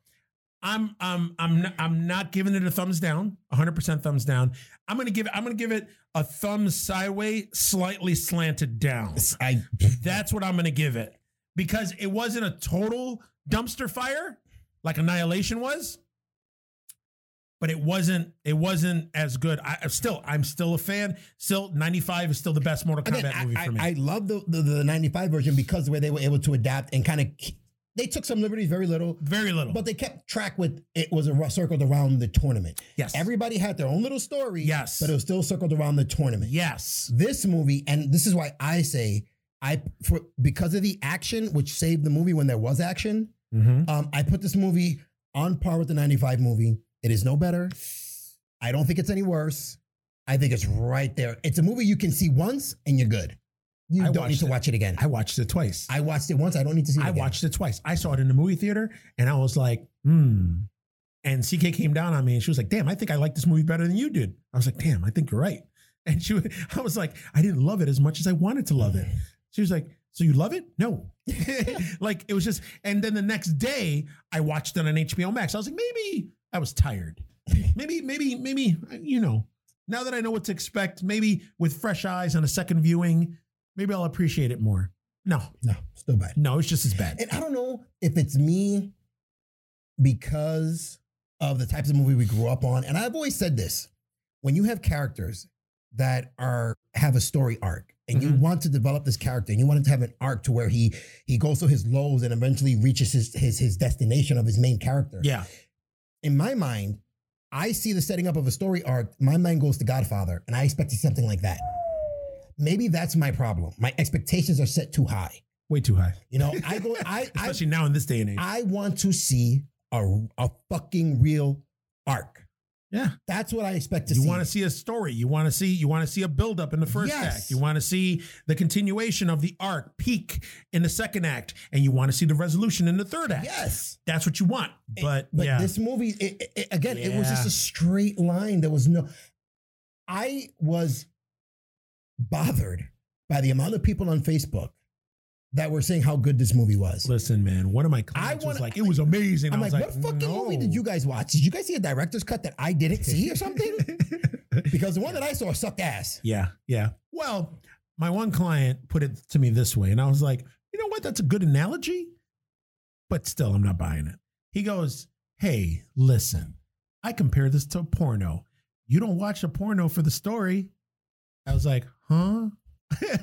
Speaker 1: I'm I'm I'm not, I'm not giving it a thumbs down, 100 percent thumbs down. I'm gonna give it. I'm gonna give it a thumb sideways, slightly slanted down.
Speaker 2: I
Speaker 1: That's what I'm going to give it because it wasn't a total dumpster fire like Annihilation was, but it wasn't. It wasn't as good. I I'm still, I'm still a fan. Still, 95 is still the best Mortal Kombat
Speaker 2: again, I,
Speaker 1: movie
Speaker 2: I,
Speaker 1: for me.
Speaker 2: I love the, the the 95 version because the way they were able to adapt and kind of they took some liberties, very little,
Speaker 1: Very little.
Speaker 2: but they kept track with it was a ru- circled around the tournament.
Speaker 1: yes.
Speaker 2: Everybody had their own little story,
Speaker 1: Yes.
Speaker 2: but it was still circled around the tournament.
Speaker 1: yes.
Speaker 2: This movie, and this is why I say I for because of the action, which saved the movie when there was action.
Speaker 1: Mm-hmm.
Speaker 2: Um, I put this movie on par with the 95 movie. It is no better. I don't think it's any worse. I think it's right there. It's a movie you can see once and you're good. You
Speaker 1: I
Speaker 2: don't need
Speaker 1: watched
Speaker 2: to
Speaker 1: it.
Speaker 2: watch it again.
Speaker 1: I watched it twice.
Speaker 2: I watched it once. I don't need to see it
Speaker 1: I
Speaker 2: again.
Speaker 1: watched it twice. I saw it in the movie theater and I was like, hmm. And CK came down on me and she was like, damn, I think I like this movie better than you did. I was like, damn, I think you're right. And she, wa- I was like, I didn't love it as much as I wanted to love it. She was like, so you love it? No. like it was just, and then the next day I watched it on HBO Max. I was like, maybe I was tired. Maybe, maybe, maybe, you know, now that I know what to expect, maybe with fresh eyes on a second viewing, maybe I'll appreciate it more. No,
Speaker 2: No, still bad.
Speaker 1: no, it's just as bad.
Speaker 2: And I don't know if it's me because of the types of movie we grew up on. And I've always said this when you have characters that are have a story arc and you
Speaker 1: Mhm.
Speaker 2: want to develop this character and you want it to have an arc to where he he goes through his lows and eventually reaches his his, his destination of his main character.
Speaker 1: Yeah.
Speaker 2: In my mind, I see the setting up of a story arc, my mind goes to Godfather and I expect to see something like that. Maybe that's my problem. My expectations are set too high.
Speaker 1: Way too high.
Speaker 2: You know, I go I, I
Speaker 1: Especially now in this day and age.
Speaker 2: I want to see a, a fucking real arc.
Speaker 1: yeah.
Speaker 2: That's what I expect to
Speaker 1: You
Speaker 2: see.
Speaker 1: want to see a story. You want to see you want to see a buildup in the first
Speaker 2: Yes.
Speaker 1: act. You want to see the continuation of the arc peak in the second act. And you want to see the resolution in the third act.
Speaker 2: yes.
Speaker 1: That's what you want. But,
Speaker 2: But
Speaker 1: yeah.
Speaker 2: this movie, it, it- it- again, it was
Speaker 1: Yeah.
Speaker 2: just a straight line. There was no. I was bothered by the amount of people on Facebook that were saying how good this movie was.
Speaker 1: Listen, man, one of my
Speaker 2: I
Speaker 1: clients was
Speaker 2: wanna-
Speaker 1: like, it was amazing.
Speaker 2: I'm
Speaker 1: I was
Speaker 2: like,
Speaker 1: like,
Speaker 2: what fucking movie did you guys watch? Did you guys see a director's cut that I didn't see or something? because the one that I saw sucked ass.
Speaker 1: Yeah, yeah. Well, my one client put it to me this way, and I was like, you know what? That's a good analogy, but still, I'm not buying it. He goes, hey, listen, I compare this to a porno. You don't watch a porno for the story. I was like, huh?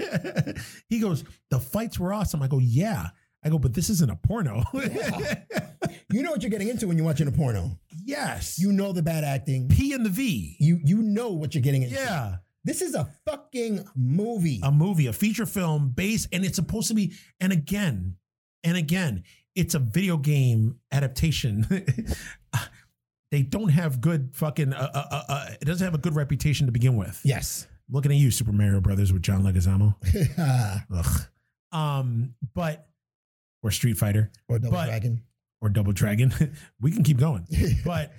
Speaker 1: he goes, the fights were awesome. I go, yeah. I go, but this isn't a porno.
Speaker 2: You know what you're getting into when you're watching a porno.
Speaker 1: yes.
Speaker 2: You know the bad acting.
Speaker 1: P and the V.
Speaker 2: You you know what you're getting into.
Speaker 1: Yeah.
Speaker 2: This is a fucking movie.
Speaker 1: a movie, a feature film based, and it's supposed to be, and again, and again, it's a video game adaptation. they don't have good fucking, uh, uh, uh, uh, it doesn't have a good reputation to begin with.
Speaker 2: yes.
Speaker 1: Looking at you, Super Mario Brothers with John Leguizamo.
Speaker 2: or
Speaker 1: Ugh. Um, but, or Street Fighter
Speaker 2: Double
Speaker 1: But-
Speaker 2: Dragon.
Speaker 1: or Double Dragon. we can keep going. But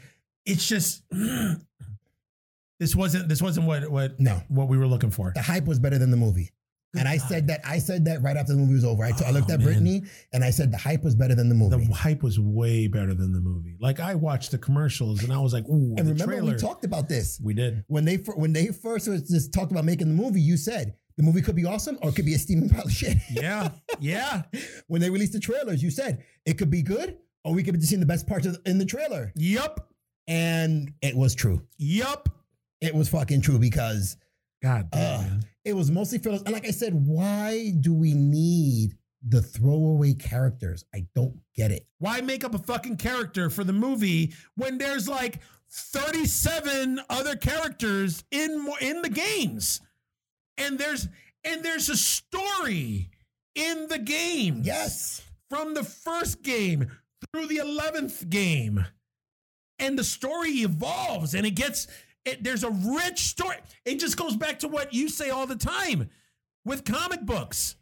Speaker 1: it's just, this wasn't, this wasn't what, what,
Speaker 2: no,
Speaker 1: what we were looking for.
Speaker 2: the hype was better than the movie. and I
Speaker 1: God.
Speaker 2: said that. I said that right after the movie was over. I t- I looked
Speaker 1: Oh,
Speaker 2: at
Speaker 1: man.
Speaker 2: Brittany and I said the hype was better than the movie.
Speaker 1: The hype was way better than the movie. Like I watched the commercials and I was like, "Ooh,
Speaker 2: and
Speaker 1: the
Speaker 2: remember,
Speaker 1: trailer."
Speaker 2: we talked about this
Speaker 1: We did.
Speaker 2: when they fir- when they first was just talked about making the movie. You said the movie could be awesome or it could be a steaming pile of shit.
Speaker 1: Yeah, yeah,
Speaker 2: when they released the trailers, you said it could be good or we could be seeing the best parts of the- in the trailer.
Speaker 1: yup,
Speaker 2: And it was true.
Speaker 1: yup.
Speaker 2: It was fucking true because
Speaker 1: God damn.
Speaker 2: Ugh.
Speaker 1: man.
Speaker 2: It was mostly fillers. And like I said, why do we need the throwaway characters? I don't get it.
Speaker 1: Why make up a fucking character for the movie when there's like 37 other characters in mo- in the games, and there's and there's a story in the game.
Speaker 2: Yes.
Speaker 1: from the first game through the 11th game. And the story evolves and it gets, it, there's a rich story. It just goes back to what you say all the time with comic books.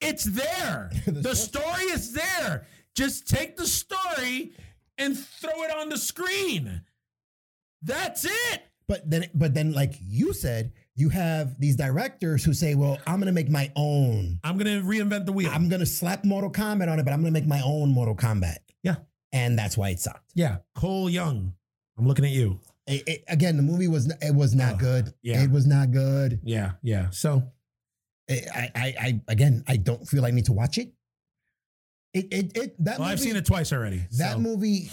Speaker 1: It's there. the story is there. Just take the story and throw it on the screen. That's it.
Speaker 2: But then, but then, like you said, you have these directors who say, "Well, I'm gonna make my own.
Speaker 1: I'm gonna reinvent the wheel.
Speaker 2: I'm gonna slap Mortal Kombat on it, but I'm gonna make my own Mortal Kombat."
Speaker 1: Yeah.
Speaker 2: and that's why it sucked.
Speaker 1: yeah, Cole Young. I'm looking at you.
Speaker 2: It- it- again, the movie was it was not
Speaker 1: Ugh,
Speaker 2: good.
Speaker 1: yeah.
Speaker 2: It was not good.
Speaker 1: Yeah, yeah. So
Speaker 2: It- I, I, I, again, I don't feel I need to watch it. It, it, it that
Speaker 1: well,
Speaker 2: movie,
Speaker 1: I've seen it twice already.
Speaker 2: That
Speaker 1: so.
Speaker 2: movie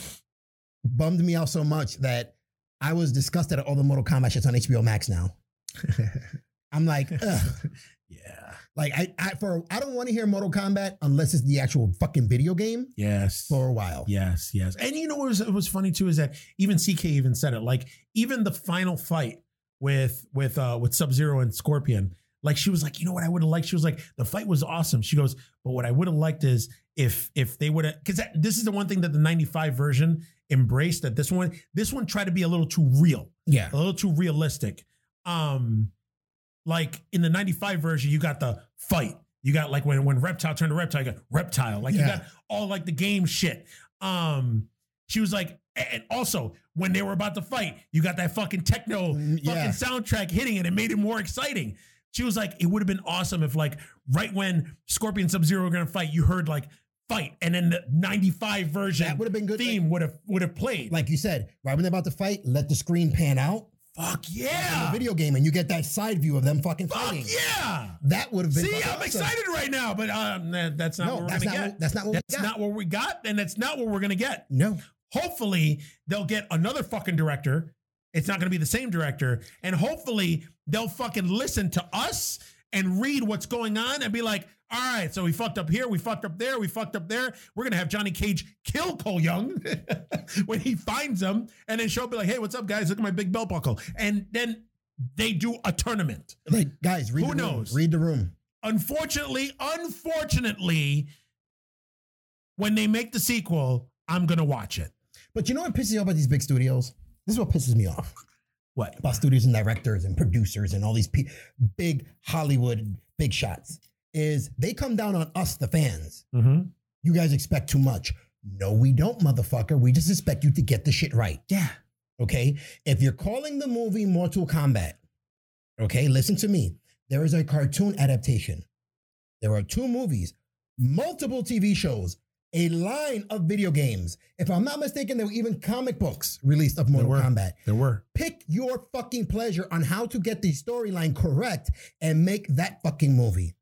Speaker 2: bummed me out so much that I was disgusted at all the Mortal Kombat shits on HBO Max now. I'm like, ugh.
Speaker 1: yeah.
Speaker 2: like I, I for I don't want to hear Mortal Kombat unless it's the actual fucking video game
Speaker 1: Yes.
Speaker 2: for a while.
Speaker 1: Yes, yes. And you know what was, what was funny too is that even CK even said it. Like even the final fight with with uh with Sub Zero and Scorpion, like she was like, you know what I would have liked. She was like, the fight was awesome. She goes, but what I would have liked is if if they would have because this is the one thing that the '95 version embraced that this one this one tried to be a little too real,
Speaker 2: Yeah,
Speaker 1: a little too realistic. Um, like in the '95 version, you got the fight. You got like when when reptile turned to reptile, you got reptile. Like you
Speaker 2: Yeah.
Speaker 1: got all like the game shit. Um, she was like, and also when they were about to fight, you got that fucking techno
Speaker 2: Mm,
Speaker 1: Oh, fucking
Speaker 2: yeah.
Speaker 1: soundtrack hitting, and it made it more exciting. She was like, it would have been awesome if like right when Scorpion Sub Zero were gonna fight, you heard like fight, and then the '95 version
Speaker 2: that would have been good.
Speaker 1: theme would have would have played.
Speaker 2: Like, like you said, right when they're about to fight, let the screen pan out
Speaker 1: fuck
Speaker 2: in
Speaker 1: yeah,
Speaker 2: the video game, and you get that side view of them fucking
Speaker 1: Ah. fuck
Speaker 2: fighting.
Speaker 1: yeah.
Speaker 2: That would have been.
Speaker 1: See,
Speaker 2: fucking
Speaker 1: I'm
Speaker 2: awesome.
Speaker 1: excited right now, but um, that- that's not what
Speaker 2: No,
Speaker 1: we're
Speaker 2: that's
Speaker 1: gonna
Speaker 2: not,
Speaker 1: get.
Speaker 2: what, that's not what
Speaker 1: that's
Speaker 2: we got.
Speaker 1: not what we got, and that's not what we're gonna get.
Speaker 2: no,
Speaker 1: Hopefully, they'll get another fucking director. It's not gonna be the same director, and hopefully, they'll fucking listen to us and read what's going on and be like, "All right, so we fucked up here, we fucked up there, we fucked up there. We're gonna have Johnny Cage kill Cole Young when he finds him, and then show up and be like, "Hey, what's up, guys? Look at my big belt buckle," and then they do a tournament
Speaker 2: like guys, read
Speaker 1: Who
Speaker 2: the room.
Speaker 1: knows?
Speaker 2: Read the room.
Speaker 1: unfortunately, unfortunately, when they make the sequel, I'm gonna watch it.
Speaker 2: But you know what pisses me off about these big studios? This is what pisses me off
Speaker 1: What?
Speaker 2: about studios and directors and producers and all these pe- big Hollywood big shots is they come down on us, the fans.
Speaker 1: Mm-hmm.
Speaker 2: You guys expect too much. No, we don't, motherfucker. We just expect you to get the shit right.
Speaker 1: Yeah.
Speaker 2: Okay. If you're calling the movie Mortal Kombat, okay, listen to me. There is a cartoon adaptation. There are two movies, multiple TV shows, a line of video games. If I'm not mistaken, there were even comic books released of Mortal
Speaker 1: were.
Speaker 2: Kombat.
Speaker 1: There were.
Speaker 2: Pick your fucking pleasure on how to get the storyline correct and make that fucking movie.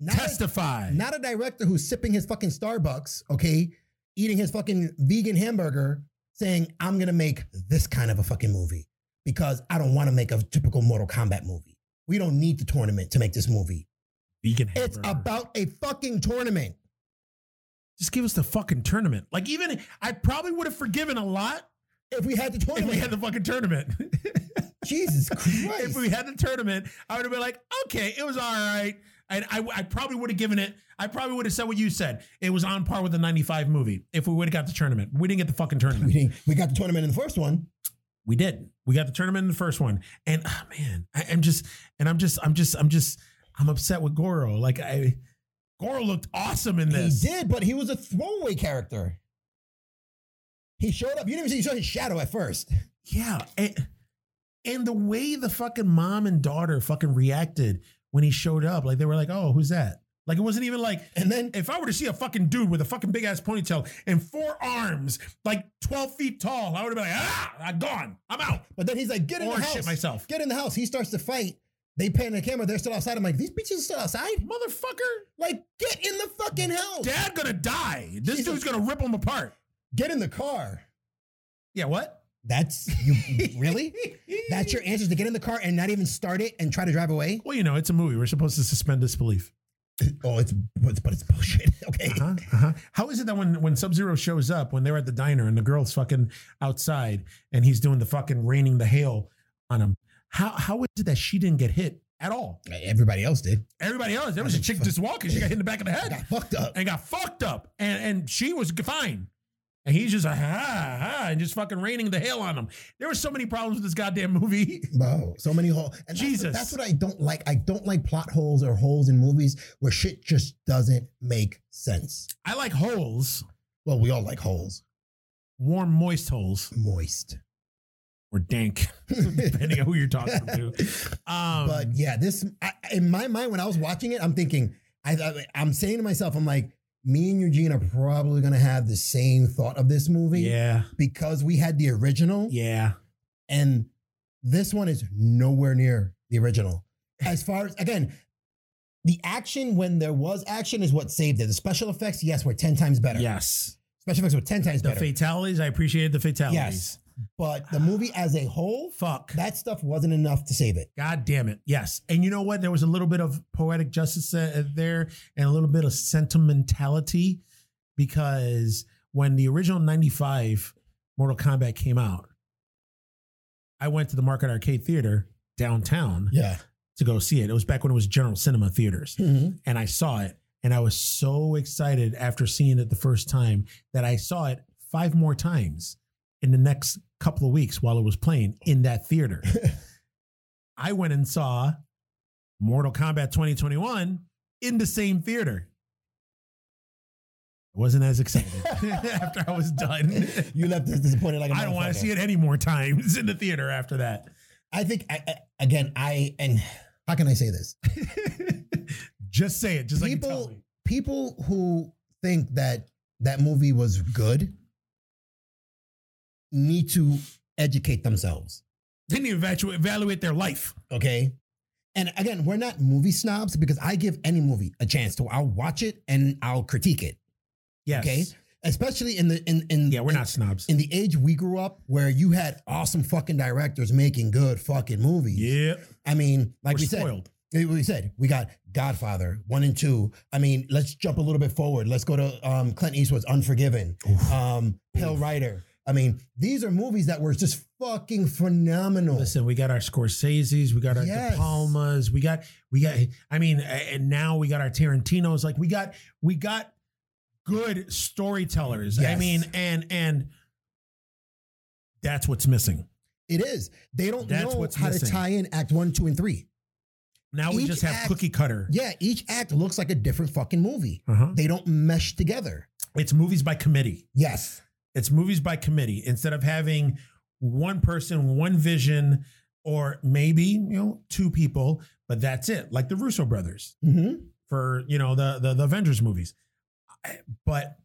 Speaker 2: Not a-
Speaker 1: Testify.
Speaker 2: not a director who's sipping his fucking Starbucks, okay, eating his fucking vegan hamburger, saying, I'm gonna make this kind of a fucking movie because I don't wanna make a typical Mortal Kombat movie. We don't need the tournament to make this movie.
Speaker 1: Vegan
Speaker 2: It's
Speaker 1: hamburger.
Speaker 2: about a fucking tournament.
Speaker 1: just give us the fucking tournament. Like even I probably would have forgiven a lot
Speaker 2: If we had the
Speaker 1: if
Speaker 2: tournament,
Speaker 1: we had the fucking tournament.
Speaker 2: Jesus
Speaker 1: if
Speaker 2: Christ.
Speaker 1: we had the tournament, I would have been like, okay, it was all right. And I, I probably would have given it. I probably would have said what you said. It was on par with the '95 movie. If we would have got the tournament, we didn't get the fucking tournament.
Speaker 2: we, didn't, we got the tournament in the first one.
Speaker 1: we did. We got the tournament in the first one, and oh man, I, I'm just, and I'm just, I'm just, I'm just, I'm upset with Goro. Like I, Goro looked awesome in this.
Speaker 2: He did, but he was a throwaway character. He showed up. You didn't even see you saw his shadow at first.
Speaker 1: Yeah, and, and the way the fucking mom and daughter fucking reacted when he showed up, like they were like, "Oh, who's that?" Like it wasn't even like.
Speaker 2: And then
Speaker 1: If I were to see a fucking dude with a fucking big ass ponytail and four arms, like twelve feet tall, I would have been like, ah, I'm gone, I'm out,
Speaker 2: But then he's like, get in
Speaker 1: or
Speaker 2: the
Speaker 1: shit
Speaker 2: house.
Speaker 1: myself,
Speaker 2: Get in the house. He starts to fight. They pan the camera. They're still outside. I'm like, these bitches are still outside?
Speaker 1: motherfucker.
Speaker 2: Like, get in the fucking house.
Speaker 1: Dad gonna die. This
Speaker 2: Jesus.
Speaker 1: dude's gonna rip him apart.
Speaker 2: Get in the car.
Speaker 1: Yeah, what?
Speaker 2: That's you really? That's your answer is to get in the car and not even start it and try to drive away?
Speaker 1: Well, you know, it's a movie. We're supposed to suspend disbelief.
Speaker 2: Oh, it's but, but it's bullshit. Okay.
Speaker 1: Uh-huh, uh-huh. How is it that when when Sub Zero shows up, when they're at the diner and the girl's fucking outside and he's doing the fucking raining the hail on him? How how is it that she didn't get hit at all?
Speaker 2: Everybody else did.
Speaker 1: Everybody else, there was a chick just walking. She got hit in the back of the
Speaker 2: I
Speaker 1: head
Speaker 2: got fucked up.
Speaker 1: and got fucked up, and and she was fine. And he's just ah, ah, and just fucking raining the hail on him. There were so many problems with this goddamn movie.
Speaker 2: Bro, so many holes. And that's-
Speaker 1: Jesus.
Speaker 2: That's, what I don't like. I don't like plot holes or holes in movies where shit just doesn't make sense.
Speaker 1: I like holes,
Speaker 2: Well, we all like holes.
Speaker 1: warm, moist holes,
Speaker 2: Moist.
Speaker 1: or dank, depending on who you're talking to. Um,
Speaker 2: but yeah, this I, in my mind when I was watching it, I'm thinking, I, I I'm saying to myself, I'm like, me and Eugene are probably gonna have the same thought of this movie
Speaker 1: yeah,
Speaker 2: because we had the original,
Speaker 1: yeah.
Speaker 2: and this one is nowhere near the original. As far as again, the action when there was action is what saved it. The special effects, yes, were ten times better.
Speaker 1: Yes.
Speaker 2: Special effects were ten times
Speaker 1: The
Speaker 2: better.
Speaker 1: fatalities, I appreciated the fatalities. Oh,
Speaker 2: Yes. but the movie as a whole,
Speaker 1: Fuck.
Speaker 2: that stuff wasn't enough to save it.
Speaker 1: God damn it. Yes. And you know what? There was a little bit of poetic justice uh, there and a little bit of sentimentality because when the original 95 Mortal Kombat came out, I went to the Market Arcade Theater downtown
Speaker 2: Yeah.
Speaker 1: to go see it. It was back when it was General Cinema Theaters. And I saw it and I was so excited after seeing it the first time that I saw it five more times in the next couple of weeks while it was playing in that theater. I went and saw Mortal Kombat 2021 in the same theater. I wasn't as excited after I was done.
Speaker 2: You left us disappointed like I
Speaker 1: I don't want to see it any more times in the theater after that.
Speaker 2: I think I, I, again, I and how can I say this?
Speaker 1: Just say it, just like you
Speaker 2: People-
Speaker 1: tell me.
Speaker 2: People who think that that movie was good need to educate themselves.
Speaker 1: They need to evaluate, evaluate their life.
Speaker 2: Okay. And again, we're not movie snobs because I give any movie a chance to I'll watch it and I'll critique it.
Speaker 1: Yes.
Speaker 2: Okay. Especially in the in in
Speaker 1: Yeah, we're
Speaker 2: in-
Speaker 1: not snobs.
Speaker 2: in the age we grew up where you had awesome fucking directors making good fucking movies.
Speaker 1: yeah.
Speaker 2: I mean, like
Speaker 1: we're
Speaker 2: we said,
Speaker 1: spoiled.
Speaker 2: Like we said we got Godfather one and two. I mean, let's jump a little bit forward. Let's go to um, Clint Eastwood's Unforgiven, um, Pale Rider. I mean, these are movies that were just fucking phenomenal.
Speaker 1: Listen, we got our Scorsese's, we got our
Speaker 2: Yes.
Speaker 1: De Palmas, we got we got. I mean, a- and now we got our Tarantino's. Like we got we got good storytellers. I
Speaker 2: Yes.
Speaker 1: mean, and and that's what's missing.
Speaker 2: It is. They don't
Speaker 1: That's
Speaker 2: know
Speaker 1: what's
Speaker 2: how
Speaker 1: missing.
Speaker 2: to tie in Act One, Two, and Three.
Speaker 1: Now we
Speaker 2: Each
Speaker 1: just have
Speaker 2: act-
Speaker 1: cookie cutter.
Speaker 2: Yeah, each act looks like a different fucking movie.
Speaker 1: Uh-huh.
Speaker 2: They don't mesh together.
Speaker 1: It's movies by committee.
Speaker 2: Yes.
Speaker 1: It's movies by committee instead of having one person, one vision, or maybe you know two people, but that's it. Like the Russo brothers.
Speaker 2: Mm-hmm.
Speaker 1: for you know the the, the Avengers movies. I- But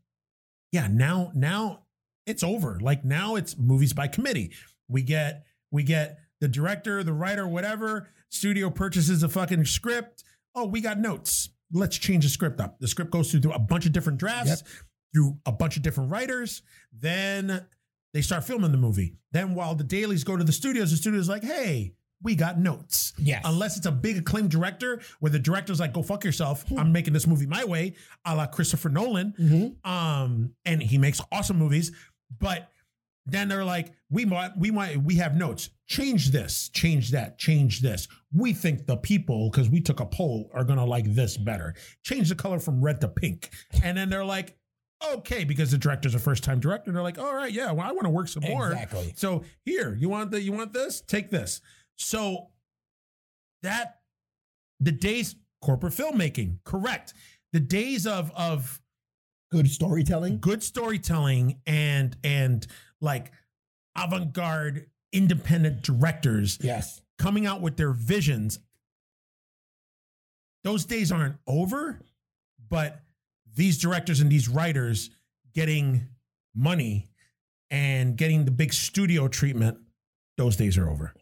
Speaker 1: yeah, now now it's over. Like now it's movies by committee. We get we get the director, the writer, whatever. Studio purchases a fucking script. Oh, we got notes. Let's change the script up. The script goes through a bunch of different drafts, through a bunch of different writers. Then they start filming the movie. Then while the dailies go to the studios, the studios like, hey, we got notes
Speaker 2: Yes.
Speaker 1: unless it's a big acclaimed director where the director's like, "Go fuck yourself."
Speaker 2: Hmm.
Speaker 1: I'm making this movie my way, a la Christopher Nolan.
Speaker 2: Mhm.
Speaker 1: Um, and he makes awesome movies, but then they're like, "We might, we might, we have notes. Change this, change that, change this. We think the people, because we took a poll, are gonna like this better. Change the color from red to pink." And then they're like. Okay, because the director's a first-time director, they're like, "All right, yeah, well, I want to work some more."
Speaker 2: Exactly.
Speaker 1: So here, you want the you want this? Take this. So that the days corporate filmmaking, correct. The days of of
Speaker 2: Good storytelling.
Speaker 1: good storytelling and and like avant-garde independent directors
Speaker 2: Yes.
Speaker 1: coming out with their visions. Those days aren't over, but these directors and these writers getting money and getting the big studio treatment, those days are over.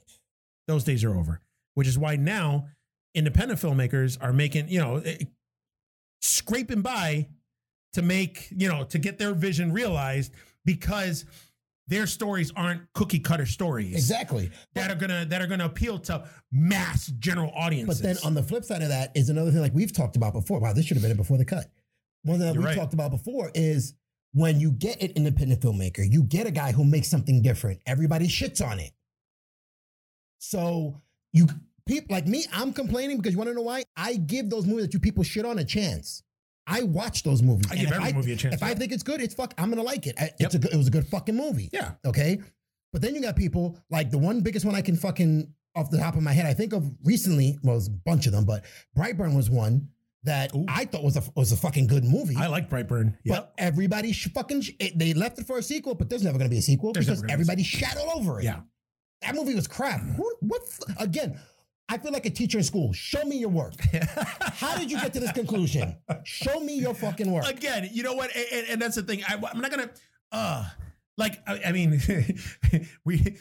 Speaker 1: Those days are over, which is why now independent filmmakers are making, you know, eh, scraping by to make, you know, to get their vision realized because their stories aren't cookie cutter stories
Speaker 2: Exactly.
Speaker 1: that are gonna that are gonna appeal to mass general audiences.
Speaker 2: But then on the flip side of that is another thing like we've talked about before. Wow, this should have been it before the cut. One thing that
Speaker 1: You're
Speaker 2: we
Speaker 1: right.
Speaker 2: talked about before is when you get an independent filmmaker, you get a guy who makes something different. Everybody shits on it. So you people like me, I'm complaining because you want to know why? I give those movies that you people shit on a chance. I watch those movies.
Speaker 1: I
Speaker 2: and
Speaker 1: give
Speaker 2: if
Speaker 1: every movie a chance.
Speaker 2: If I think it's good, it's fuck. I'm gonna like it. I-
Speaker 1: Yep.
Speaker 2: It's a good, it was a good fucking movie.
Speaker 1: Yeah.
Speaker 2: Okay. But then you got people like the one biggest one I can fucking off the top of my head I think of recently. Well, it was a bunch of them, but Brightburn was one that
Speaker 1: Ooh.
Speaker 2: I thought was a was a fucking good movie.
Speaker 1: I like Brightburn. Yeah.
Speaker 2: But everybody sh- fucking sh- it, they left it for a sequel, but there's never going to be a sequel
Speaker 1: There's
Speaker 2: because
Speaker 1: never gonna
Speaker 2: everybody shat all over it.
Speaker 1: Yeah.
Speaker 2: that movie was crap. Who, what? f- Again, I feel like a teacher in school. Show me your work. How did you get to this conclusion? Show me your fucking work.
Speaker 1: Again, you know what? And, and, and that's the thing. I, I'm not gonna. Uh, like I, I mean, we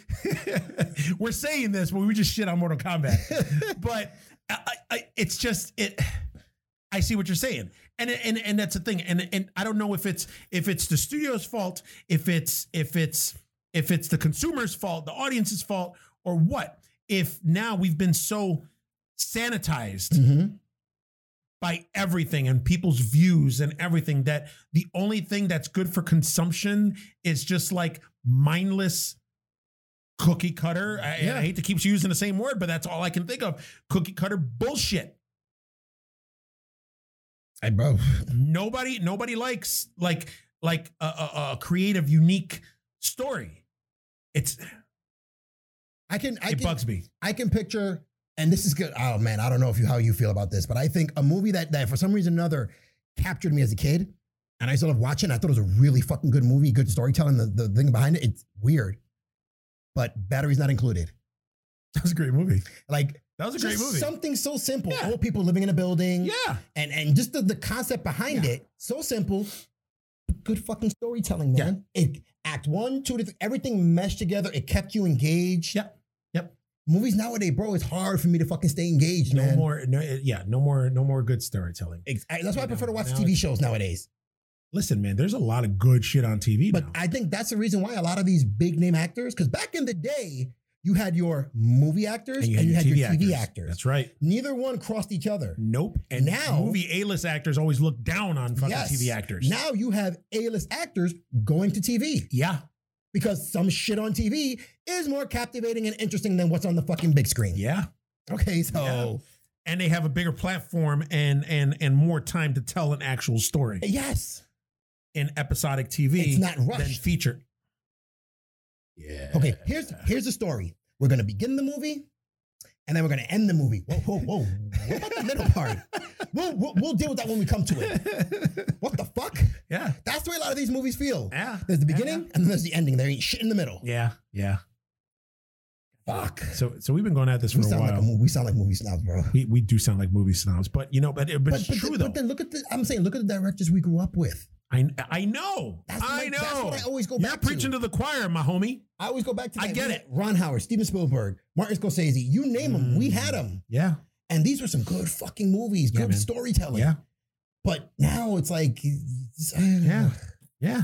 Speaker 1: we're saying this, but we just shit on Mortal Kombat. but I, I- I, it's just it. I see what you're saying, and and and that's the thing, and and I don't know if it's if it's the studio's fault, if it's if it's if it's the consumer's fault, the audience's fault, or what. If now we've been so sanitized
Speaker 2: Mhm.
Speaker 1: by everything and people's views and everything that the only thing that's good for consumption is just like mindless cookie cutter. I, and I
Speaker 2: Yeah.
Speaker 1: hate to keep using the same word, but that's all I can think of. Cookie cutter bullshit.
Speaker 2: Hey, bro.
Speaker 1: Nobody, nobody likes like like a, a, a creative, unique story. It's
Speaker 2: I can. I
Speaker 1: it
Speaker 2: can,
Speaker 1: bugs me.
Speaker 2: I can picture, and this is good. Oh man, I don't know if you how you feel about this, but I think a movie that that for some reason or another captured me as a kid, and I still love watching. I thought it was a really fucking good movie, good storytelling. The, the thing behind it, it's weird, but batteries not included.
Speaker 1: That was a great movie.
Speaker 2: Like
Speaker 1: That was a great
Speaker 2: just
Speaker 1: movie.
Speaker 2: something so simple.
Speaker 1: Yeah.
Speaker 2: Old people living in a building,
Speaker 1: yeah.
Speaker 2: and and just the, the concept behind
Speaker 1: Yeah.
Speaker 2: it, so simple. but Good fucking storytelling, man. It act one, two, to three, everything meshed together. It kept you engaged.
Speaker 1: Yep. Yep.
Speaker 2: Movies nowadays, bro, it's hard for me to fucking stay engaged,
Speaker 1: No
Speaker 2: man.
Speaker 1: more no yeah, no more no more good storytelling.
Speaker 2: Exactly. That's why I
Speaker 1: You know,
Speaker 2: prefer to watch
Speaker 1: now
Speaker 2: TV shows nowadays.
Speaker 1: Listen, man, there's a lot of good shit on TV
Speaker 2: But
Speaker 1: now.
Speaker 2: I think that's the reason why a lot of these big name actors, because back in the day, you had your movie actors and you had, your, TV actors.
Speaker 1: That's right.
Speaker 2: Neither one crossed each other.
Speaker 1: Nope. And now
Speaker 2: Now-
Speaker 1: movie A-list actors always look down on fucking
Speaker 2: Yes.
Speaker 1: TV actors.
Speaker 2: Now you have A list actors going to TV
Speaker 1: yeah,
Speaker 2: because some shit on TV is more captivating and interesting than what's on the fucking big screen.
Speaker 1: yeah.
Speaker 2: Okay, so
Speaker 1: And they have a bigger platform and and and more time to tell an actual story
Speaker 2: yes,
Speaker 1: in episodic TV
Speaker 2: it's not
Speaker 1: than
Speaker 2: rushed.
Speaker 1: feature. Yeah.
Speaker 2: Okay, here's here's the story. We're gonna begin the movie, and then we're gonna end the movie. Whoa, whoa, whoa! What about the middle part? We'll, we'll we'll deal with that when we come to it. What the fuck?
Speaker 1: yeah.
Speaker 2: That's the way a lot of these movies feel.
Speaker 1: Yeah.
Speaker 2: There's the beginning, and then there's the ending. There ain't shit in the middle.
Speaker 1: Yeah. Yeah.
Speaker 2: Fuck.
Speaker 1: So so we've been going at this for
Speaker 2: We
Speaker 1: a
Speaker 2: sound
Speaker 1: while.
Speaker 2: like a movie. We sound like movie snobs, bro.
Speaker 1: we, we do sound like movie snobs, but you know, but, but, it's
Speaker 2: but,
Speaker 1: true
Speaker 2: but
Speaker 1: though.
Speaker 2: then look at the. I'm saying, look at the directors we grew up with.
Speaker 1: I I know.
Speaker 2: That's what
Speaker 1: I know.
Speaker 2: That's what I always go
Speaker 1: You're
Speaker 2: back to.
Speaker 1: preaching to the choir, my homie.
Speaker 2: I always go back to.
Speaker 1: I
Speaker 2: that.
Speaker 1: get
Speaker 2: We
Speaker 1: it.
Speaker 2: had Ron Howard, Steven Spielberg, Martin Scorsese. You name them, we
Speaker 1: Mm.
Speaker 2: had them,
Speaker 1: Yeah.
Speaker 2: and these were some good fucking movies,
Speaker 1: Yeah,
Speaker 2: good
Speaker 1: man.
Speaker 2: storytelling.
Speaker 1: Yeah.
Speaker 2: But now it's like,
Speaker 1: Yeah. Yeah.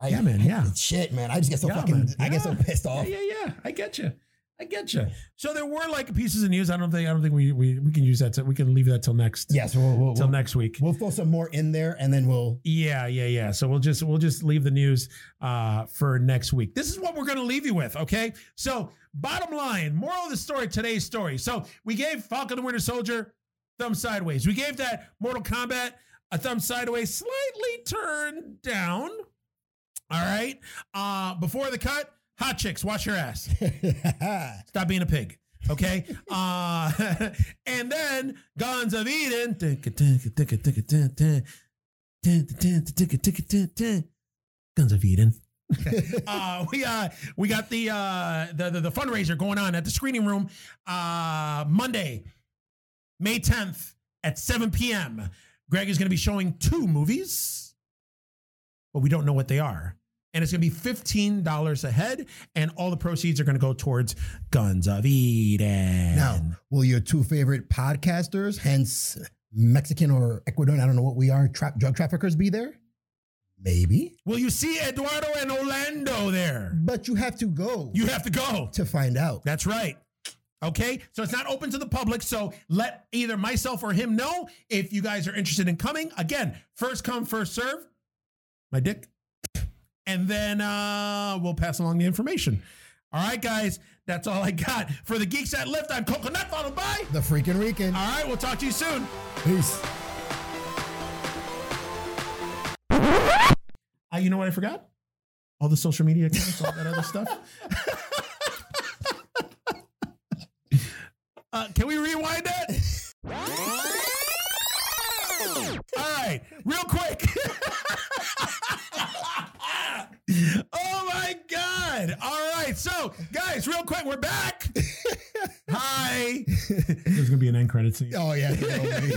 Speaker 2: I,
Speaker 1: Yeah, man, yeah.
Speaker 2: shit, man. I just get so
Speaker 1: Yeah,
Speaker 2: fucking,
Speaker 1: man,
Speaker 2: I get so
Speaker 1: yeah.
Speaker 2: pissed off.
Speaker 1: Oh, Yeah, yeah, yeah. I get you. I get you. So there were like pieces of news. I don't think. I don't think we we, we can use that. To, we can leave that till next.
Speaker 2: Yes, we'll, we'll,
Speaker 1: Till
Speaker 2: we'll,
Speaker 1: next week.
Speaker 2: we'll throw some more in there, and then we'll.
Speaker 1: Yeah, yeah, yeah. So we'll just we'll just leave the news uh, for next week. This is what we're going to leave you with. Okay. So bottom line, moral of the story, today's story. So we gave Falcon the Winter Soldier thumb sideways. We gave that Mortal Kombat a thumb sideways, slightly turned down. All right. Uh, before the cut, hot chicks, wash your ass stop being a pig. Okay. uh, and then Guns of Eden. Guns of Eden. uh, we uh, we got the, uh, the the the fundraiser going on at the screening room uh, Monday, May 10th at 7 p.m. Greg is going to be showing two movies, but we don't know what they are. And it's going to be $15 a head, and all the proceeds are going to go towards Guns of Eden.
Speaker 2: now, will your two favorite podcasters, hence Mexican or Ecuadorian, I don't know what we are, tra- drug traffickers, be there? Maybe,
Speaker 1: Will you see Eduardo and Orlando there?
Speaker 2: but you have to go
Speaker 1: You have to go.
Speaker 2: to find out.
Speaker 1: That's right. Okay, so it's not open to the public. So let either myself or him know if you guys are interested in coming. Again, first come, first serve. My dick. And then uh, we'll pass along the information. All right, guys, that's all I got. For the Geeks at Lift, I'm Coconut, followed by.
Speaker 2: The freaking Rican.
Speaker 1: All right, we'll talk to you soon.
Speaker 2: Peace.
Speaker 1: Uh, you know what I forgot? All the social media accounts, all that other stuff. uh, can we rewind that? All right, real quick. oh my God. All right. So, guys, real quick, we're back. Hi. There's going to be an end credit scene.
Speaker 2: Oh yeah. no, man.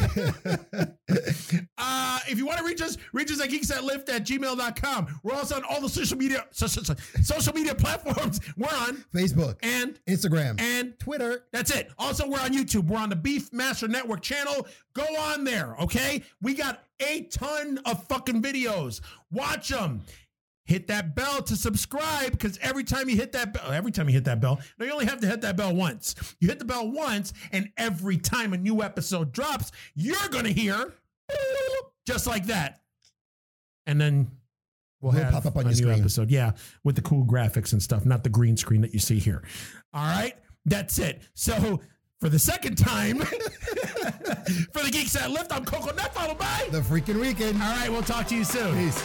Speaker 1: Uh, if you want to reach us, reach us at geeks at lift at gmail.com. We're also on all the social media so, so- so- social media platforms we're on.
Speaker 2: Facebook,
Speaker 1: And
Speaker 2: Instagram,
Speaker 1: and
Speaker 2: Twitter.
Speaker 1: that's it. Also, we're on YouTube. We're on the Beef Master Network channel. Go on there, okay? We got a ton of fucking videos. Watch them. Hit that bell to subscribe because every time you hit that bell, every time you hit that bell, no, you only have to hit that bell once. You hit the bell once, and every time a new episode drops, you're gonna hear just like that, and then we'll
Speaker 2: It'll
Speaker 1: have
Speaker 2: pop up on
Speaker 1: a
Speaker 2: your
Speaker 1: new
Speaker 2: screen.
Speaker 1: episode. Yeah, with the cool graphics and stuff, not the green screen that you see here. All right, that's it. So for the second time, for the Geeks at Lift, I'm Coco Nut, followed by.
Speaker 2: The freaking weekend.
Speaker 1: All right, we'll talk to you soon.
Speaker 2: Peace.